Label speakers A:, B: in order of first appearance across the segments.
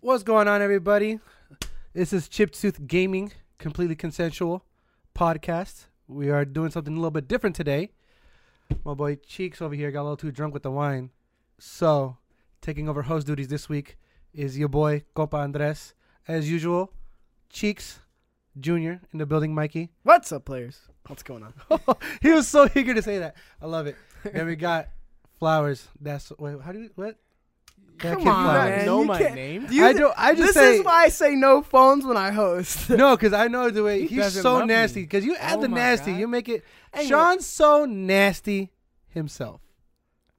A: What's going on, everybody? This is Chiptooth Gaming, completely consensual podcast. We are doing something a little bit different today. My boy Cheeks over here got a little too drunk with the wine. So, taking over host duties this week is your boy, Compa Andres. As usual, Cheeks Jr. in the building, Mikey.
B: What's up, players? What's going on?
A: he was so eager to say that. I love it. Then we got Flowers. That's, wait, how do you, what? Yeah,
B: Come
A: Kid
B: on,
A: Flowers.
B: man.
C: know
B: you
C: my
B: can't-
C: name?
B: Do you
A: I don't. I just
B: this
A: say
B: is why I say no phones when I host.
A: no, because I know the way
C: He
A: he's
C: doesn't
A: so
C: love me.
A: nasty. Because you add
C: Oh
A: the
C: my
A: nasty,
C: God.
A: you make it.
B: Anyway.
A: Sean's so nasty himself.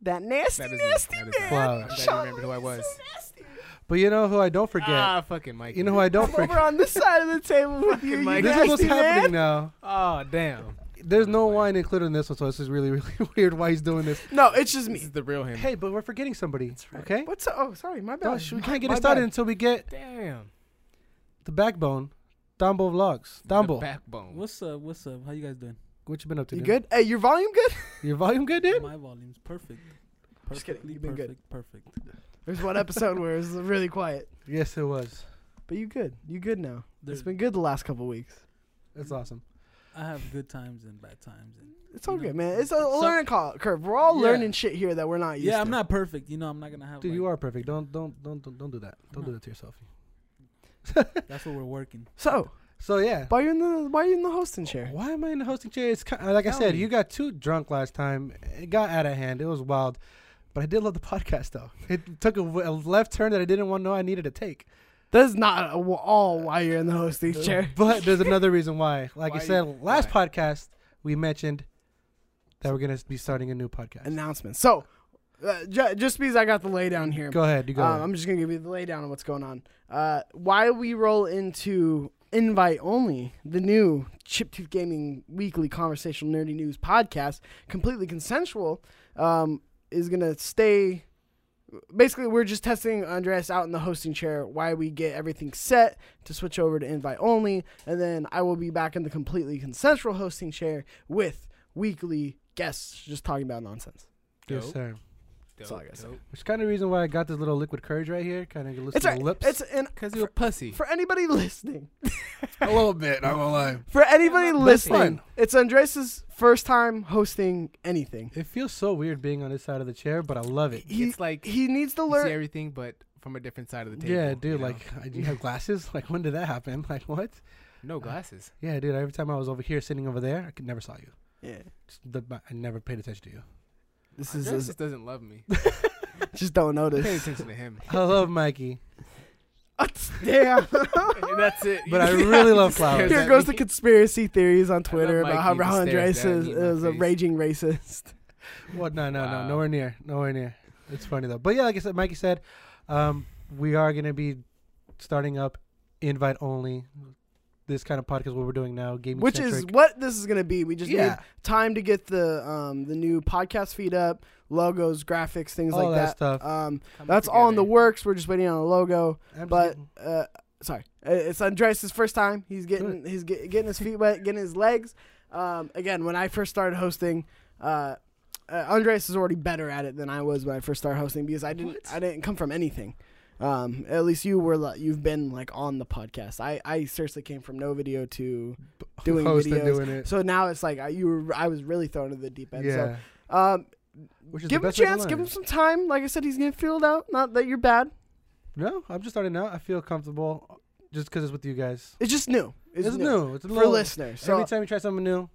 B: that nasty,
C: That is-
B: nasty
C: that is-
B: man.
A: Wow.
C: I'm glad you
B: Sean
C: remembered who I
B: is
C: was.
B: so nasty.
A: But you know who I don't forget.
C: Ah, fucking Mike.
A: you know who I don't
B: I'm over
A: forget.
B: on this side of the table with you. you
C: Mike.
A: This is what's
B: nasty man.
A: happening now.
C: Oh damn!
A: There's no
C: That's fine.
A: wine included in this one, so this is really, really weird why he's doing this.
B: No, it's just
C: This
B: me.
C: is the real him.
A: Hey, but we're forgetting somebody. Okay.
B: What's up? Oh, sorry, my bad.
A: Don't- we can't get
C: my
A: it started
C: bad.
A: until we get
C: Damn.
A: the backbone. Dumbo vlogs.
C: The
A: Dumbo,
C: backbone.
D: What's up? What's up? How you guys doing?
A: what you been up to?
B: you
A: dude?
B: good? Hey, your volume good?
A: Your volume good,
C: Oh
A: dude?
D: My volume's perfect.
B: Just kidding,
D: Perfectly
B: you've been good.
D: perfect. Perfect.
B: There's one episode where it was really quiet,
A: Yes, it was.
B: but you good. You good now.
D: There's
B: It's been good the last couple weeks.
A: That's awesome.
D: I have good times and bad times. And
B: It's all
D: You know,
B: good, man. It's a
D: so-
B: learning co- curve. We're all
D: Yeah.
B: learning shit here that we're not used to.
D: yeah, I'm not perfect. You know, I'm not gonna have.
A: Dude,
D: like-
A: you are perfect. Don't don't don't don't, don't do that. Don't do that to yourself.
D: That's what we're working.
B: So
A: So yeah.
B: why are you in the why are you in the hosting chair?
A: Why am I in the hosting chair? It's kind like I
D: Tell
A: said,
D: me.
A: you got too drunk last time. It got out of hand. It was wild, but I did love the podcast though. It took a, w- a left turn that I didn't want to know I needed to take.
B: That's not a- all why you're in the hosting chair.
A: But there's another reason why. Like I
C: Why-
A: said last
C: why?
A: podcast, we mentioned that we're gonna be starting a new podcast.
B: Announcement. So uh, ju- just because I got the lay down here,
A: go ahead, you go.
B: um,
A: ahead.
B: I'm just gonna give you the lay down on what's going on. Uh, why we roll into invite only the new Chiptooth Gaming Weekly Conversational Nerdy News podcast, completely consensual, um, is gonna stay. Basically, we're just testing Andreas out in the hosting chair. Why we get everything set to switch over to invite only, and then I will be back in the completely consensual hosting chair with weekly guests, just talking about nonsense.
A: yes,
C: Dope,
A: sir.
C: dope,
B: all I gotta say.
C: dope.
A: Which kind of reason why I got this little liquid courage right here, kind of loose
B: It's
A: to
B: a,
A: the lips.
B: it's an
C: Cause you're a pussy.
B: for anybody listening.
A: a little bit. I'm gonna lie.
B: For anybody
A: That's fine.
B: listening, it's Andres' first time hosting anything.
A: It feels so weird being on this side of the chair, but I love it.
B: He,
C: it's like
B: he needs to
C: you see
B: learn.
C: everything, but from a different side of the table.
A: Yeah, dude.
C: you know?
A: Like, do you have glasses? Like, when did that happen? Like, what?
C: no glasses.
A: Yeah, dude. Every time I was over here, sitting over there, I could never saw you.
B: Yeah.
A: Just the, I never paid attention to you.
B: This
C: Andres
B: is
C: just
B: is-
C: doesn't love me.
B: just don't
C: Pay
B: notice.
C: attention to him.
A: I love Mikey,
B: Damn.
C: And that's it.
A: but I really love
C: scared
A: flowers.
C: that
B: Here goes
C: me?
B: the conspiracy theories on Twitter
C: love
B: about how
C: Mikey, he
B: Raul
C: stares
B: Andres
C: down
B: is,
C: at me in my
B: is a
C: face.
B: raging racist.
A: What? No, no,
C: Wow.
A: no. Nowhere near. Nowhere near. It's funny though. But yeah, like I said, Mikey said, um, we are gonna be starting up invite only. This kind of podcast, what we're doing now, gaming
B: Which is what this is gonna be. We just need
A: yeah,
B: time to get the um, the new podcast feed up, logos, graphics, things
A: all
B: like
A: that,
B: that.
A: stuff.
B: Um,
C: Coming
B: that's all in the
C: together.
B: works. We're just waiting on a logo.
A: I'm just
B: but
A: getting-
B: uh, sorry, Uh, it's Andres' first time. He's getting he's get, getting his feet wet, getting his legs. Um, again, when I first started hosting, uh, uh, Andres is already better at it than I was when I first started hosting because I didn't I didn't come from anything. Um, at least you were li- you've been like on the podcast. I I seriously came from no video to doing
A: host and
B: videos.
A: doing it.
B: so now it's like I, you were I was really thrown into the deep end.
A: yeah.
B: So, um,
A: Which is the
B: give him a
A: best way to
B: chance. Give
A: learn.
B: him some time. Like I said, he's getting filled out. Not that you're bad.
A: No, I'm just starting out. I feel comfortable just because it's with you guys.
B: It's just new.
A: It's, new. It's a
B: for
A: little-
B: listeners. So
A: Every time you try something new,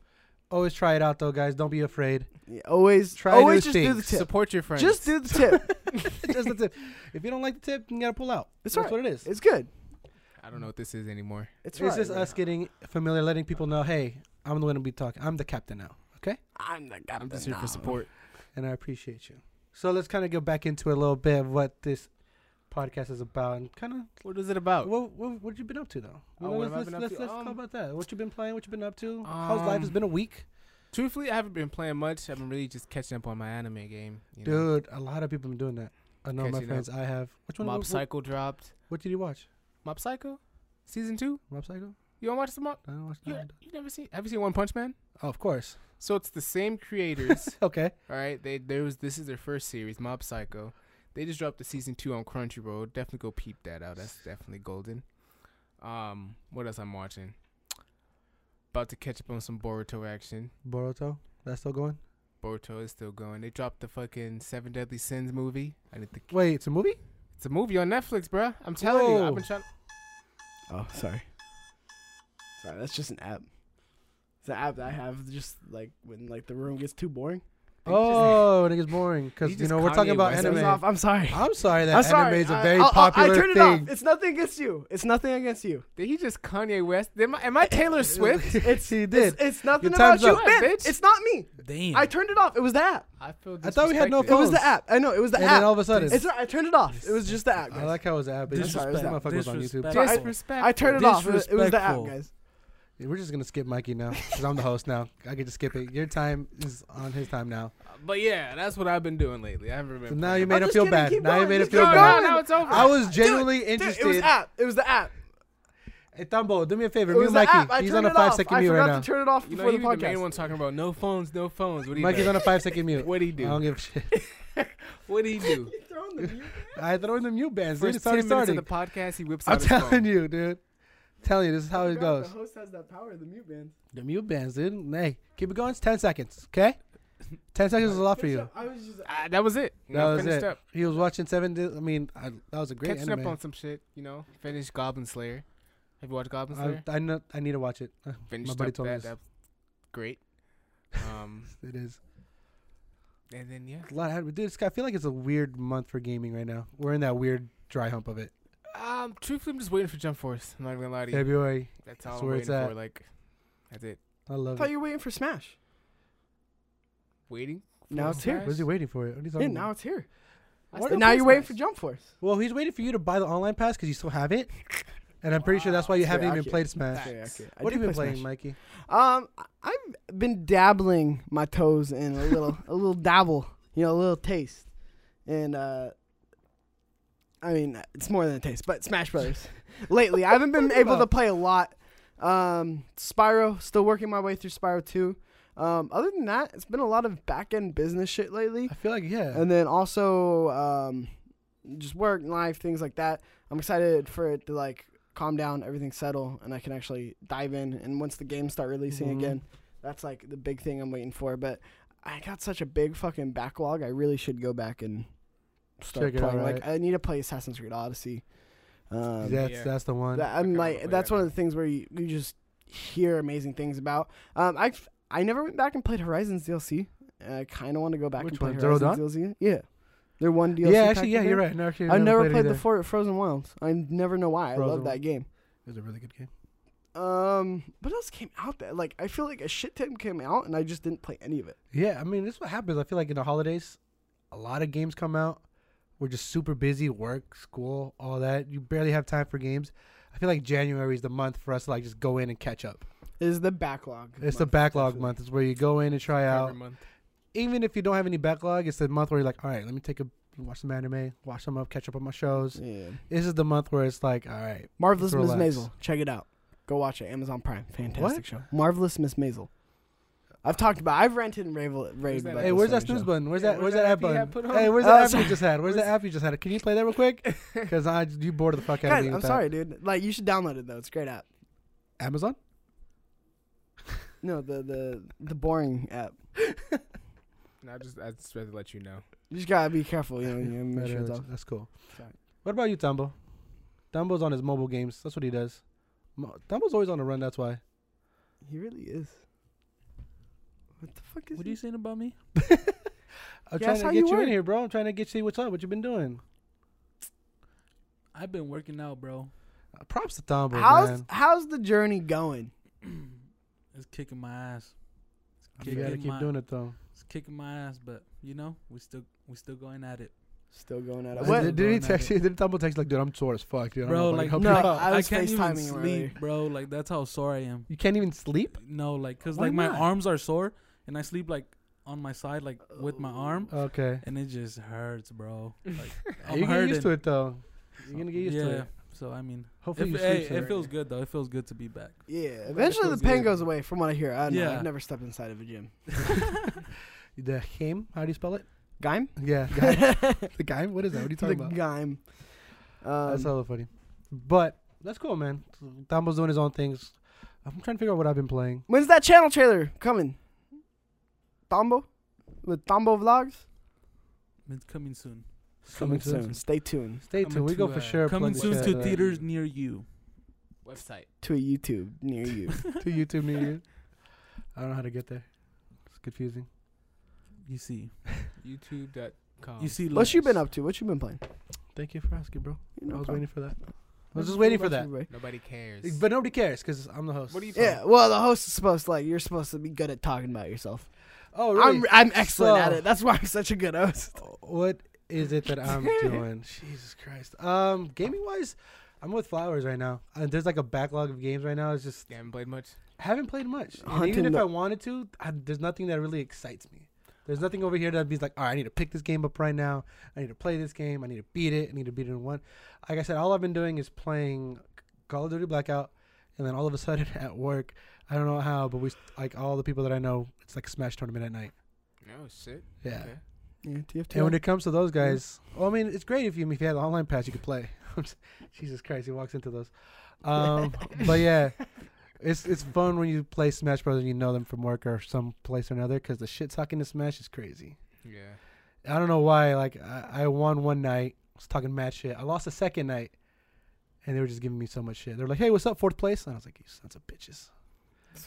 A: always try it out though, guys. Don't be afraid.
B: Yeah, always
A: Try
B: always
A: new
B: just do the
A: things.
B: tip.
C: Support your friends.
B: Just do the tip.
A: Just the tip. If you don't like the tip, you gotta pull out.
B: It's
A: That's
B: all
A: what it is. It's,
B: It's good.
C: I don't know what this is anymore.
B: It's right.
A: just us getting familiar, letting people know, hey, I'm the one to be talking. I'm the captain now,
B: I'm the captain.
C: I'm just here
B: now.
C: for support.
A: and I appreciate you. So let's kind of go back into a little bit of what this podcast is about and kind of
C: What is it about?
A: what, what what you been up to though. Well,
C: Oh, what
A: let's
C: have I
A: let's,
C: been up
A: let's,
C: to?
A: let's talk
C: Um,
A: about that. What you been playing? What you been up to? How's life?
C: um,
A: It's been a week,
C: Truthfully, I haven't been playing much. I've been really just catching up on my anime game. You know?
A: dude. A lot of people been doing that. I know my
C: Catching up.
A: friends. I have. Which one?
C: Mob
A: what- what,
C: Psycho dropped.
A: what did you watch?
C: Mob Psycho, season two.
A: Mob Psycho?
C: You don't watch the Mob?
A: I don't watch
C: You,
A: that.
C: you never seen? Have you seen One Punch Man?
A: Oh, of course.
C: So it's the same creators.
A: Okay.
C: all right, they there was this is their first series, Mob Psycho. They just dropped the season two on Crunchyroll. Definitely go peep that out. That's definitely golden. Um, what else I'm watching? About to catch up on some Boruto action.
A: Boruto, that's still going.
C: Boruto is still going. They dropped the fucking Seven Deadly Sins movie. I didn't think
A: Wait, it's a movie.
C: it's a movie on Netflix, bruh. I'm telling you,
A: Whoa.
C: I've been trying.
B: Oh, sorry. Sorry, that's just an app. It's an app that I have just like when like the room gets too boring. I just-
A: Oh, and it gets boring
C: You
A: because you
C: just
A: know we're talking
C: Kanye
A: about
C: West
B: Turn it off.
A: anime.
B: I'm sorry.
A: I'm sorry that
B: I'm sorry.
A: anime is a
B: I-
A: very
B: I'll- I'll-
A: popular
B: I turn it
A: thing.
B: off. It's nothing against you. It's nothing against you.
C: Did he just Kanye West? Am I, am I Taylor Swift?
A: it's he
B: It's,
A: did.
B: it's nothing
A: Your
B: about
A: time's
B: you,
A: up.
B: man.
C: Bitch.
B: It's not me.
D: Damn.
B: I turned it off. It was the app.
C: I feel.
A: I thought we had no
C: disrespected.
B: It was
A: Phones.
B: the app. I know. It was the
A: and then all of
B: app.
A: a sudden,
B: It's. I turned it off. It was just the app.
A: I
B: Guys.
A: like how his app is.
B: Disrespect.
A: This motherfucker was on YouTube.
D: Disrespect.
C: Disrespect.
B: I turned it off. It was, it was the app,
D: Disrespectful.
B: guys.
A: We're just gonna skip Mikey now because I'm the host now. I can just skip it. Your time is on his time now.
C: But yeah, that's what I've been doing lately. I haven't
A: So
C: been.
A: now
C: playing.
A: you made
B: I'm
A: him
B: just
A: feel
B: kidding.
A: bad.
B: Keep
A: Now you
B: going.
A: made him
B: Just
A: feel
B: keep
A: bad.
B: going.
C: No, no, it's over.
A: I was
B: Dude,
A: genuinely
B: dude,
A: interested.
B: It was app. It was the app.
A: Hey, Thumbo, do me a favor.
B: It
A: Mute
B: was the app. I
A: Mikey. He's on
B: turned
A: a
B: it off.
A: five
B: I
A: second mute right
B: forgot
A: now.
B: to turn it off
C: you know,
B: before
C: he
B: the
C: was the main
B: podcast.
C: one talking about no phones, no phones. What do you?
A: Mikey's on a five second mute.
C: What do you
A: I don't
C: do?
A: give a shit.
C: What do you do?
A: I throw in the mute bands. Dude,
C: First
A: it's
C: ten
A: already
C: minutes of
A: starting.
C: the podcast, he whips out
A: I'm
C: his phone.
A: telling you, dude. telling you, this is how it goes.
B: The host has that power. The mute band.
A: The mute bands, dude. Hey, keep it going. It's ten seconds, okay? Ten seconds is a lot for you.
B: I was just.
C: Ah, that was it. You
A: That
C: know,
A: was
C: finished
A: it.
C: up.
A: He was watching seven. Di- I mean, I, that was a great
C: Catching
A: anime.
C: up on some shit. You know, finished Goblin Slayer. Have you watched Goblin
A: I,
C: Slayer?
A: I, know, I need to watch it. Uh,
C: finished
A: buddy
C: up
A: told me
C: that.
A: this.
C: that was great. Um,
A: It is
C: and then yeah.
A: a lot. Of, dude, it's- I feel like it's a weird month for gaming right now. We're in that weird dry hump of it.
C: Um, truthfully, I'm just waiting for Jump Force. I'm not even gonna lie to you.
A: February,
C: That's all
A: That's
C: I'm
A: where
C: waiting
A: it's
C: for.
A: at.
C: Like, that's it.
A: I
B: I
A: love
B: thought
A: it.
B: you were waiting for Smash.
C: Waiting. for
B: Now it's here.
C: Smash?
A: What's he waiting for? What are you talking
B: Yeah,
A: about?
B: now it's here.
C: I
B: And
C: still
B: now
C: play
B: you're waiting for
C: Smash.
B: Jump Force.
A: Well, he's waiting for you to buy the online pass because you still have it, and I'm pretty sure that's why you
B: That's
A: haven't even
B: very accurate.
A: played Smash.
C: Fact.
B: Okay,
C: Facts.
B: okay. I
A: What
B: do
A: have you been
B: play
A: playing,
B: Smash.
A: Mikey?
B: Um, I- I've been dabbling my toes in a little, a little dabble, you know, a little taste, and uh, I mean it's more than a taste, but Smash Brothers. Lately, I haven't been
A: Talking
B: able to
A: about-
B: play a lot. Um, Spyro, still working my way through Spyro Two. Um, other than that, it's been a lot of back end business shit lately,
A: I feel like yeah.
B: and then also um, just work, life, things like that. I'm excited for it to like calm down, everything settle, and I can actually dive in. And once the games start releasing
A: Mhm.
B: again, that's like the big thing I'm waiting for. But I got such a big fucking backlog. I really should go back and start
A: Check it out,
B: playing. Like I need to play Assassin's Creed Odyssey. Um,
A: that's
C: Yeah.
A: that's the one.
B: that,
C: I
B: I'm
C: kinda wanna
B: like
C: play
B: that's
C: that
B: one
C: now.
B: of the things where you, you just hear amazing things about. Um, I I never went back and played Horizons DLC. and I kind of want to go back
A: Which
B: and play
A: one? Zero
B: Horizons DLC. Yeah, they're one DLC.
A: yeah,
B: pack
A: actually, yeah,
B: in
A: you're
B: there.
A: right. No, actually,
B: I never
A: it
B: played the
A: either.
B: For- Frozen Wilds. I never know why. I
A: Frozen
B: love that game.
A: It was a really good game.
B: Um, what else came out that like I feel like a shit ton came out and I just didn't play any of it.
A: Yeah, I mean, this is what happens. I feel like in the holidays, a lot of games come out. We're just super busy, work, school, all that. You barely have time for games. I feel like January is the month for us to like just go in and catch up.
B: It is the backlog.
A: It's the
B: month,
A: backlog
B: definitely.
A: month. It's where you go in and try
C: Every
A: out.
C: month.
A: Even if you don't have any backlog, it's the month where you're like, all right, let me take a watch some anime, watch some up, catch up on my shows.
B: Yeah.
A: This is the month where it's like, all right,
B: Marvelous
A: Let's
B: Miss
A: relax.
B: Maisel. Check it out. Go watch it. Amazon Prime. Fantastic
A: What?
B: show. Marvelous Miss Maisel. I've talked about. I've ranted and raved. raved
C: that
B: about
C: at?
A: hey,
B: this
A: where's
B: fucking
A: that snooze
B: show.
A: button? Where's
C: Yeah,
A: that? Where's that app
C: you had
A: button?
C: put on?
A: Hey, where's
B: Oh,
A: that app you
B: sorry.
A: just had? Where's that
C: Where's-
A: app you just had? Can you play that real quick? Because I you bored the fuck out of
B: Guys,
A: me.
B: I'm
A: with that.
B: sorry, dude. Like you should download it though. It's a great app.
A: Amazon.
B: No, the the the boring app.
C: No, I just I just rather let you know.
B: You just gotta be careful. You know, you know,
A: That
B: make sure it's
A: is-
B: off.
A: that's cool.
B: Sorry.
A: What about you, Dumbo? Dumbo's on his mobile games. That's what he does. Mo- Dumbo's always on the run. That's why.
B: He really is. What the fuck is?
D: What are you saying about me?
A: I'm
B: Yeah,
A: trying
B: that's
A: to
B: how
A: get
B: you
A: you,
B: work.
A: in here, bro. I'm trying to get you. What's up? What you been doing?
D: I've been working out, bro.
A: Uh, props to Dumbo,
B: how's
A: man.
B: how's the journey going?
D: it's kicking my ass. It's
A: You gotta
D: kicking
A: keep
D: my-
A: doing it though.
D: It's kicking my ass, but you know we still we still going at it,
B: Still going at
D: it.
B: it.
D: What?
A: Did- Did, did he
D: Going at
A: text you? Did Dumbo text like, dude, I'm sore as fuck, dude. I don't know if I
D: bro. Like
A: can help
B: no,
A: you
B: I
A: out."
B: I was
D: can't even
B: FaceTiming him earlier.
D: sleep, bro. Like that's how sore I am.
A: you can't even sleep.
D: No, like cause
A: Why
D: like my
A: not?
D: arms are sore, and I sleep like on my side, like with my arm,
B: Oh,
A: Okay,
D: and it just hurts, bro. Like, I'm
A: you get used to
D: hurting.
A: it though. You're gonna get used
D: yeah.
A: to it.
D: So I mean, if,
A: Hopefully, you
D: hey,
A: sleep
D: it
A: soon.
D: feels good though. It feels good to be back.
B: Yeah,
C: it
B: eventually the
C: feels
B: pain
C: good.
B: goes away, from what I hear. I don't know.
D: Yeah.
B: I've never stepped inside of a gym.
A: the game. How do you spell it?
B: Gaim?
A: Yeah, guy,
B: the
A: the guy. What is that? What are you talking about?
B: Gaim. Um,
A: That's hella funny. But that's cool, man. Dumbo's doing his own things. I'm trying to figure out what I've been playing.
B: When's that channel trailer coming? Tombo? With Tombo Vlogs?
D: It's coming soon.
A: Coming soon.
B: Stay tuned
A: Stay
C: Coming
A: tuned. We go
C: to,
A: for
C: uh,
A: sure.
D: Coming
A: plug
D: soon
A: that,
D: to
A: uh,
D: theaters near you.
C: Website.
B: to a YouTube near you.
A: to YouTube New Year. I don't know how to get there. It's confusing.
D: You see.
C: YouTube.com.
D: You see.
B: what you
D: Lopez.
B: been up to? What you been playing?
A: Thank you for asking, bro.
B: You know,
A: I was
B: probably-
A: waiting for that. I was just waiting for that.
B: Everybody.
C: Nobody cares.
A: But nobody cares because I'm the host.
C: What do you-
B: Yeah, well, the host is supposed to like you're supposed to be good at talking about yourself.
A: oh, really?
B: I'm I'm excellent at
A: So-
B: it. That's why I'm such a good host.
A: what is it that I'm doing? Jesus Christ. Um, gaming wise, I'm with Flowers right now. Uh, there's like a backlog of games right now. It's just
C: You haven't played much.
A: haven't played much. And
B: Hunting
A: even if
B: the-
A: I wanted to, I, there's nothing that really excites me. There's nothing over here that be like, all right, I need to pick this game up right now. I need to play this game. I need to beat it. I need to beat it in one. Like I said, all I've been doing is playing Call of Duty Blackout, and then all of a sudden at work, I don't know how, but we like all the people that I know, it's like Smash tournament at night.
C: No shit.
A: Yeah.
C: Okay.
B: Yeah,
A: And when it comes to those guys, well, I mean, it's great if you if you had the online pass, you could play. Jesus Christ, he walks into those. Um, but yeah, it's it's fun when you play Smash Bros. and you know them from work or some place or another because the shit talking to Smash is crazy.
C: Yeah.
A: I don't know why. Like I, I won one night, was talking mad shit. I lost the second night, and they were just giving me so much shit. They're like, "Hey, what's up, fourth place?" And I was like, "You sons of bitches."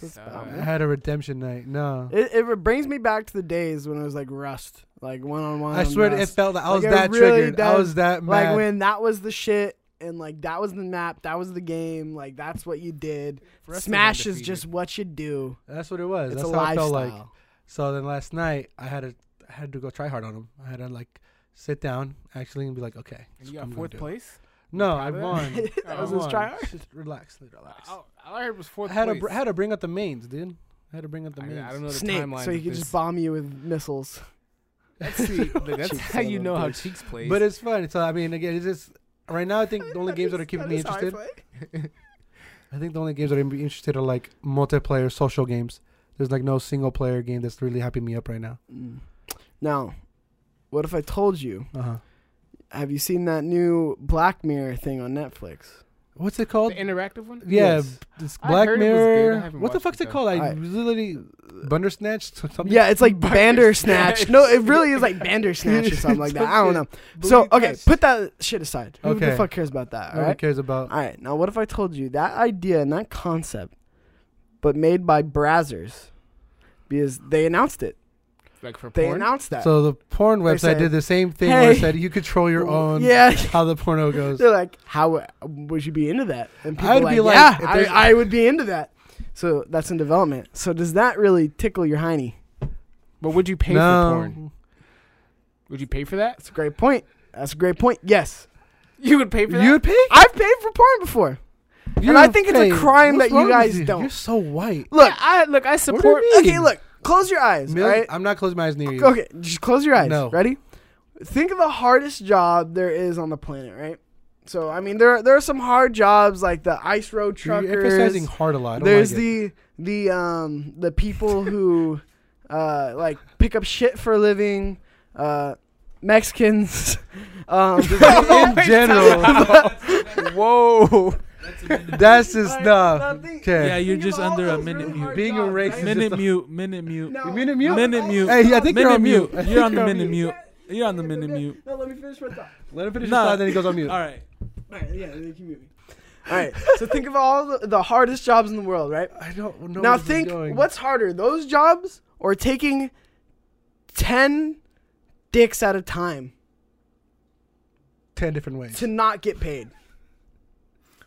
C: Oh,
A: I
C: yeah.
A: had a redemption night. No.
B: it, it brings me back to the days when it was like Rust, like one on one.
A: I swear it felt that I
B: Like,
A: was
B: I
A: that
B: really
A: triggered. I
B: did.
A: was that mad.
B: like when that was the shit, and like that was the map, that was the game, like that's what you did.
C: For us to
B: Smash
C: be
B: is
C: undefeated.
B: just what you do.
A: That's what it was.
B: It's
A: That's
B: a
A: how it
B: lifestyle.
A: felt like. So then last night I had to I had to go try hard on him. I had to like sit down actually and be like, okay.
C: And
A: this
C: you
A: is what I'm gonna
C: got fourth
A: do.
C: place.
A: No,
C: proud
A: I
C: of that?
A: won.
B: that
A: I
B: was his
A: won.
B: try.
A: Just relax, relax.
C: Oh. All all I heard was Oh, fourth
A: I had to
C: place.
A: br- I had to bring up the mains, dude. I had to bring up the
C: I,
A: mains.
C: I don't know the
B: Snake,
C: timeline.
B: so
C: of
B: he could
C: this.
B: just bomb you with missiles.
C: Let's see. Look, that's
B: Cheeks
C: how
B: son
C: you
B: of a
C: know how
B: bitch.
C: Cheeks plays.
A: But it's fun. So I mean, again, it's just right now. I think the only games that are keeping me interested. I think the only games that I'm interested are like multiplayer social games. There's like no single player game that's really hyping me up right now.
B: Mm. Now, what if I told you?
A: Uh huh.
B: Have you seen that new Black Mirror thing on Netflix?
A: What's it
C: the E
A: called?
C: interactive one.
A: Yeah,
B: Yes.
A: this
C: I
A: Black
C: heard it was good. I
A: Mirror.
C: haven't
A: What the
C: watched
A: fuck's
C: it,
A: it called? I,
B: though. I-
A: literally Bundersnatch or something.
B: Yeah, it's like Bandersnatch.
C: Bandersnatch.
B: No, it really is like Bandersnatch or something like that. I don't know. So okay, put that shit aside. Who the
A: Okay.
B: fuck cares about that? All
A: Nobody
B: right.
A: cares about.
B: All right. Now, what if I told you that idea and that concept, but made by Brazzers, because they announced it.
C: Like for
B: They
C: porn.
B: announced that.
A: So the porn website
B: said,
A: did the same thing where it
B: "Hey,
A: said you control your own
B: Yeah.
A: how the porno goes.
B: They're like, how uh, would you be into that? And people
A: I'd
B: like,
A: be like,
B: yeah,
A: if
B: I,
A: there's-
B: I would be into that. So that's in development. So does that really tickle your hiney?
C: But would you pay
A: no.
C: for porn? Would you pay for that?
B: That's a great point. That's a great point. Yes,
C: You would pay for that.
A: You would pay?
B: I've paid for porn before.
A: You
B: I
A: would
B: think it's
A: pay.
B: a crime
A: What's
B: that you
A: wrong with
B: guys don't.
A: You're so white.
B: Look,
C: Yeah, I look. I
A: do you
C: support.
A: mean?
B: okay, look, close your eyes.
A: Millie,
B: all right?
A: I'm not closing my eyes near you.
B: Okay, just close your eyes.
A: No.
B: Ready? Think of the hardest job there is on the planet, right? So I mean, there are, there are some hard jobs like the ice road truckers.
A: You're emphasizing hard a lot. I don't
B: There's
A: like it.
B: the the um the people who uh like pick up shit for a living, uh Mexicans. Um
A: in general.
C: Whoa.
A: that's just
B: I
A: stuff.
B: think-
D: Yeah,
A: Okay.
D: you're
B: think of
D: just
B: all
D: under a
B: those
D: minute mute.
B: hard
A: Being a
B: jobs,
A: racist
B: right?
A: is
D: Minute
A: the-
D: mute. Minute mute.
B: No.
A: Minute mute?
D: Minute mute.
A: Hey, I think you're
D: minute
A: on mute.
D: mute. You're on the
A: You're on mute.
D: minute mute. You're on the minute mute.
B: No, let me finish my thought.
A: Let him finish
D: No.
A: his thought, then he goes on mute.
D: All right.
B: All right, yeah, they keep moving. All right, so think of all the, the hardest jobs in the world, right?
A: I don't know.
B: now
A: where this is
B: think
A: going.
B: what's harder, those jobs or taking 10 dicks at a time
A: ten different ways.
B: to not get paid?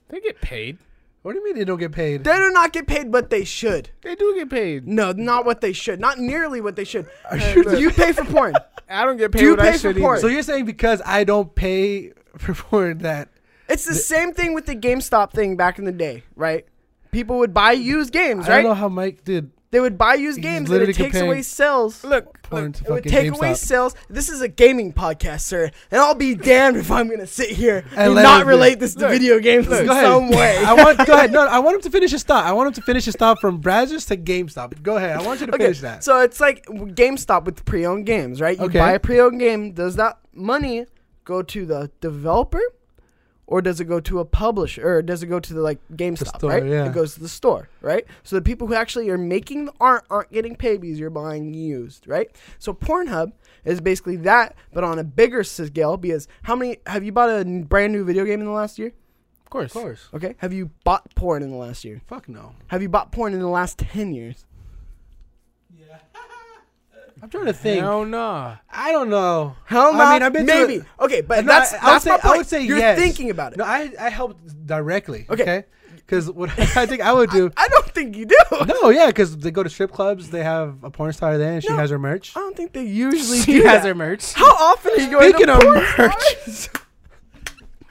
C: They get paid.
A: What do you mean they don't get paid?
B: They do not get paid, but they should.
C: They do get paid.
B: No, not what they should. Not nearly what they should.
A: you-
B: Do you pay for porn?
C: I don't get paid.
B: you
C: what I
B: pay for
C: should
B: porn?
A: So you're saying because I don't pay for porn that
B: It's the same thing with the GameStop thing back in the day, right? People would buy used games,
A: I don't know
B: right?
A: how Mike did.
B: They would buy used
A: He's
B: games and
A: literally
B: it takes
A: comparing
B: away sales. Look,
A: Porn to
B: it would
A: fucking
B: take away
A: GameStop.
B: sales. This is a gaming podcast, sir, and I'll be damned if I'm gonna sit here
A: And
B: and
A: let
B: not
A: him-
B: relate this to
A: Look,
B: video games
A: Look,
B: in
A: go ahead.
B: some way.
A: I want go ahead. No, I want him to finish his thought. I want him to finish his thought from Brazzers to GameStop. Go ahead. I want you to finish that.
B: So it's like w- GameStop with pre-owned games, right? You
A: Okay.
B: buy a pre-owned game. Does that money go to the developer, or does it go to a publisher, or does it go to the like GameStop?
A: store,
B: right?
A: yeah.
B: It goes to the store, right? So the people who actually are making the art aren't getting paid because you're buying used, right? So Pornhub is basically that, but on a bigger scale. Because how many have you bought a n- brand new video game in the last year?
C: Of course.
A: of course.
B: Okay. Have you bought porn in the last year?
A: Fuck no.
B: Have you bought porn in the last ten years?
A: I'm trying to think.
C: Hell no.
A: I don't know.
B: Hell
A: I
B: no.
A: mean, I've been to-
B: maybe. okay, but
A: No,
B: that's
A: I- I would
B: that's
A: say-
B: my
A: I
B: point.
A: would say
B: You're
A: yes.
B: thinking about it.
A: No, I I helped directly.
B: Okay.
A: Okay. Because what I think I would do.
B: I don't think you do. I
A: no, yeah, because they go to strip clubs. They have a porn star there, and she
B: No.
A: has her merch.
B: don't think they usually
C: She
B: do
C: has
B: that.
C: her merch.
B: How often are you going
A: Speaking
B: to
A: of
B: porn
A: merch.
B: stores?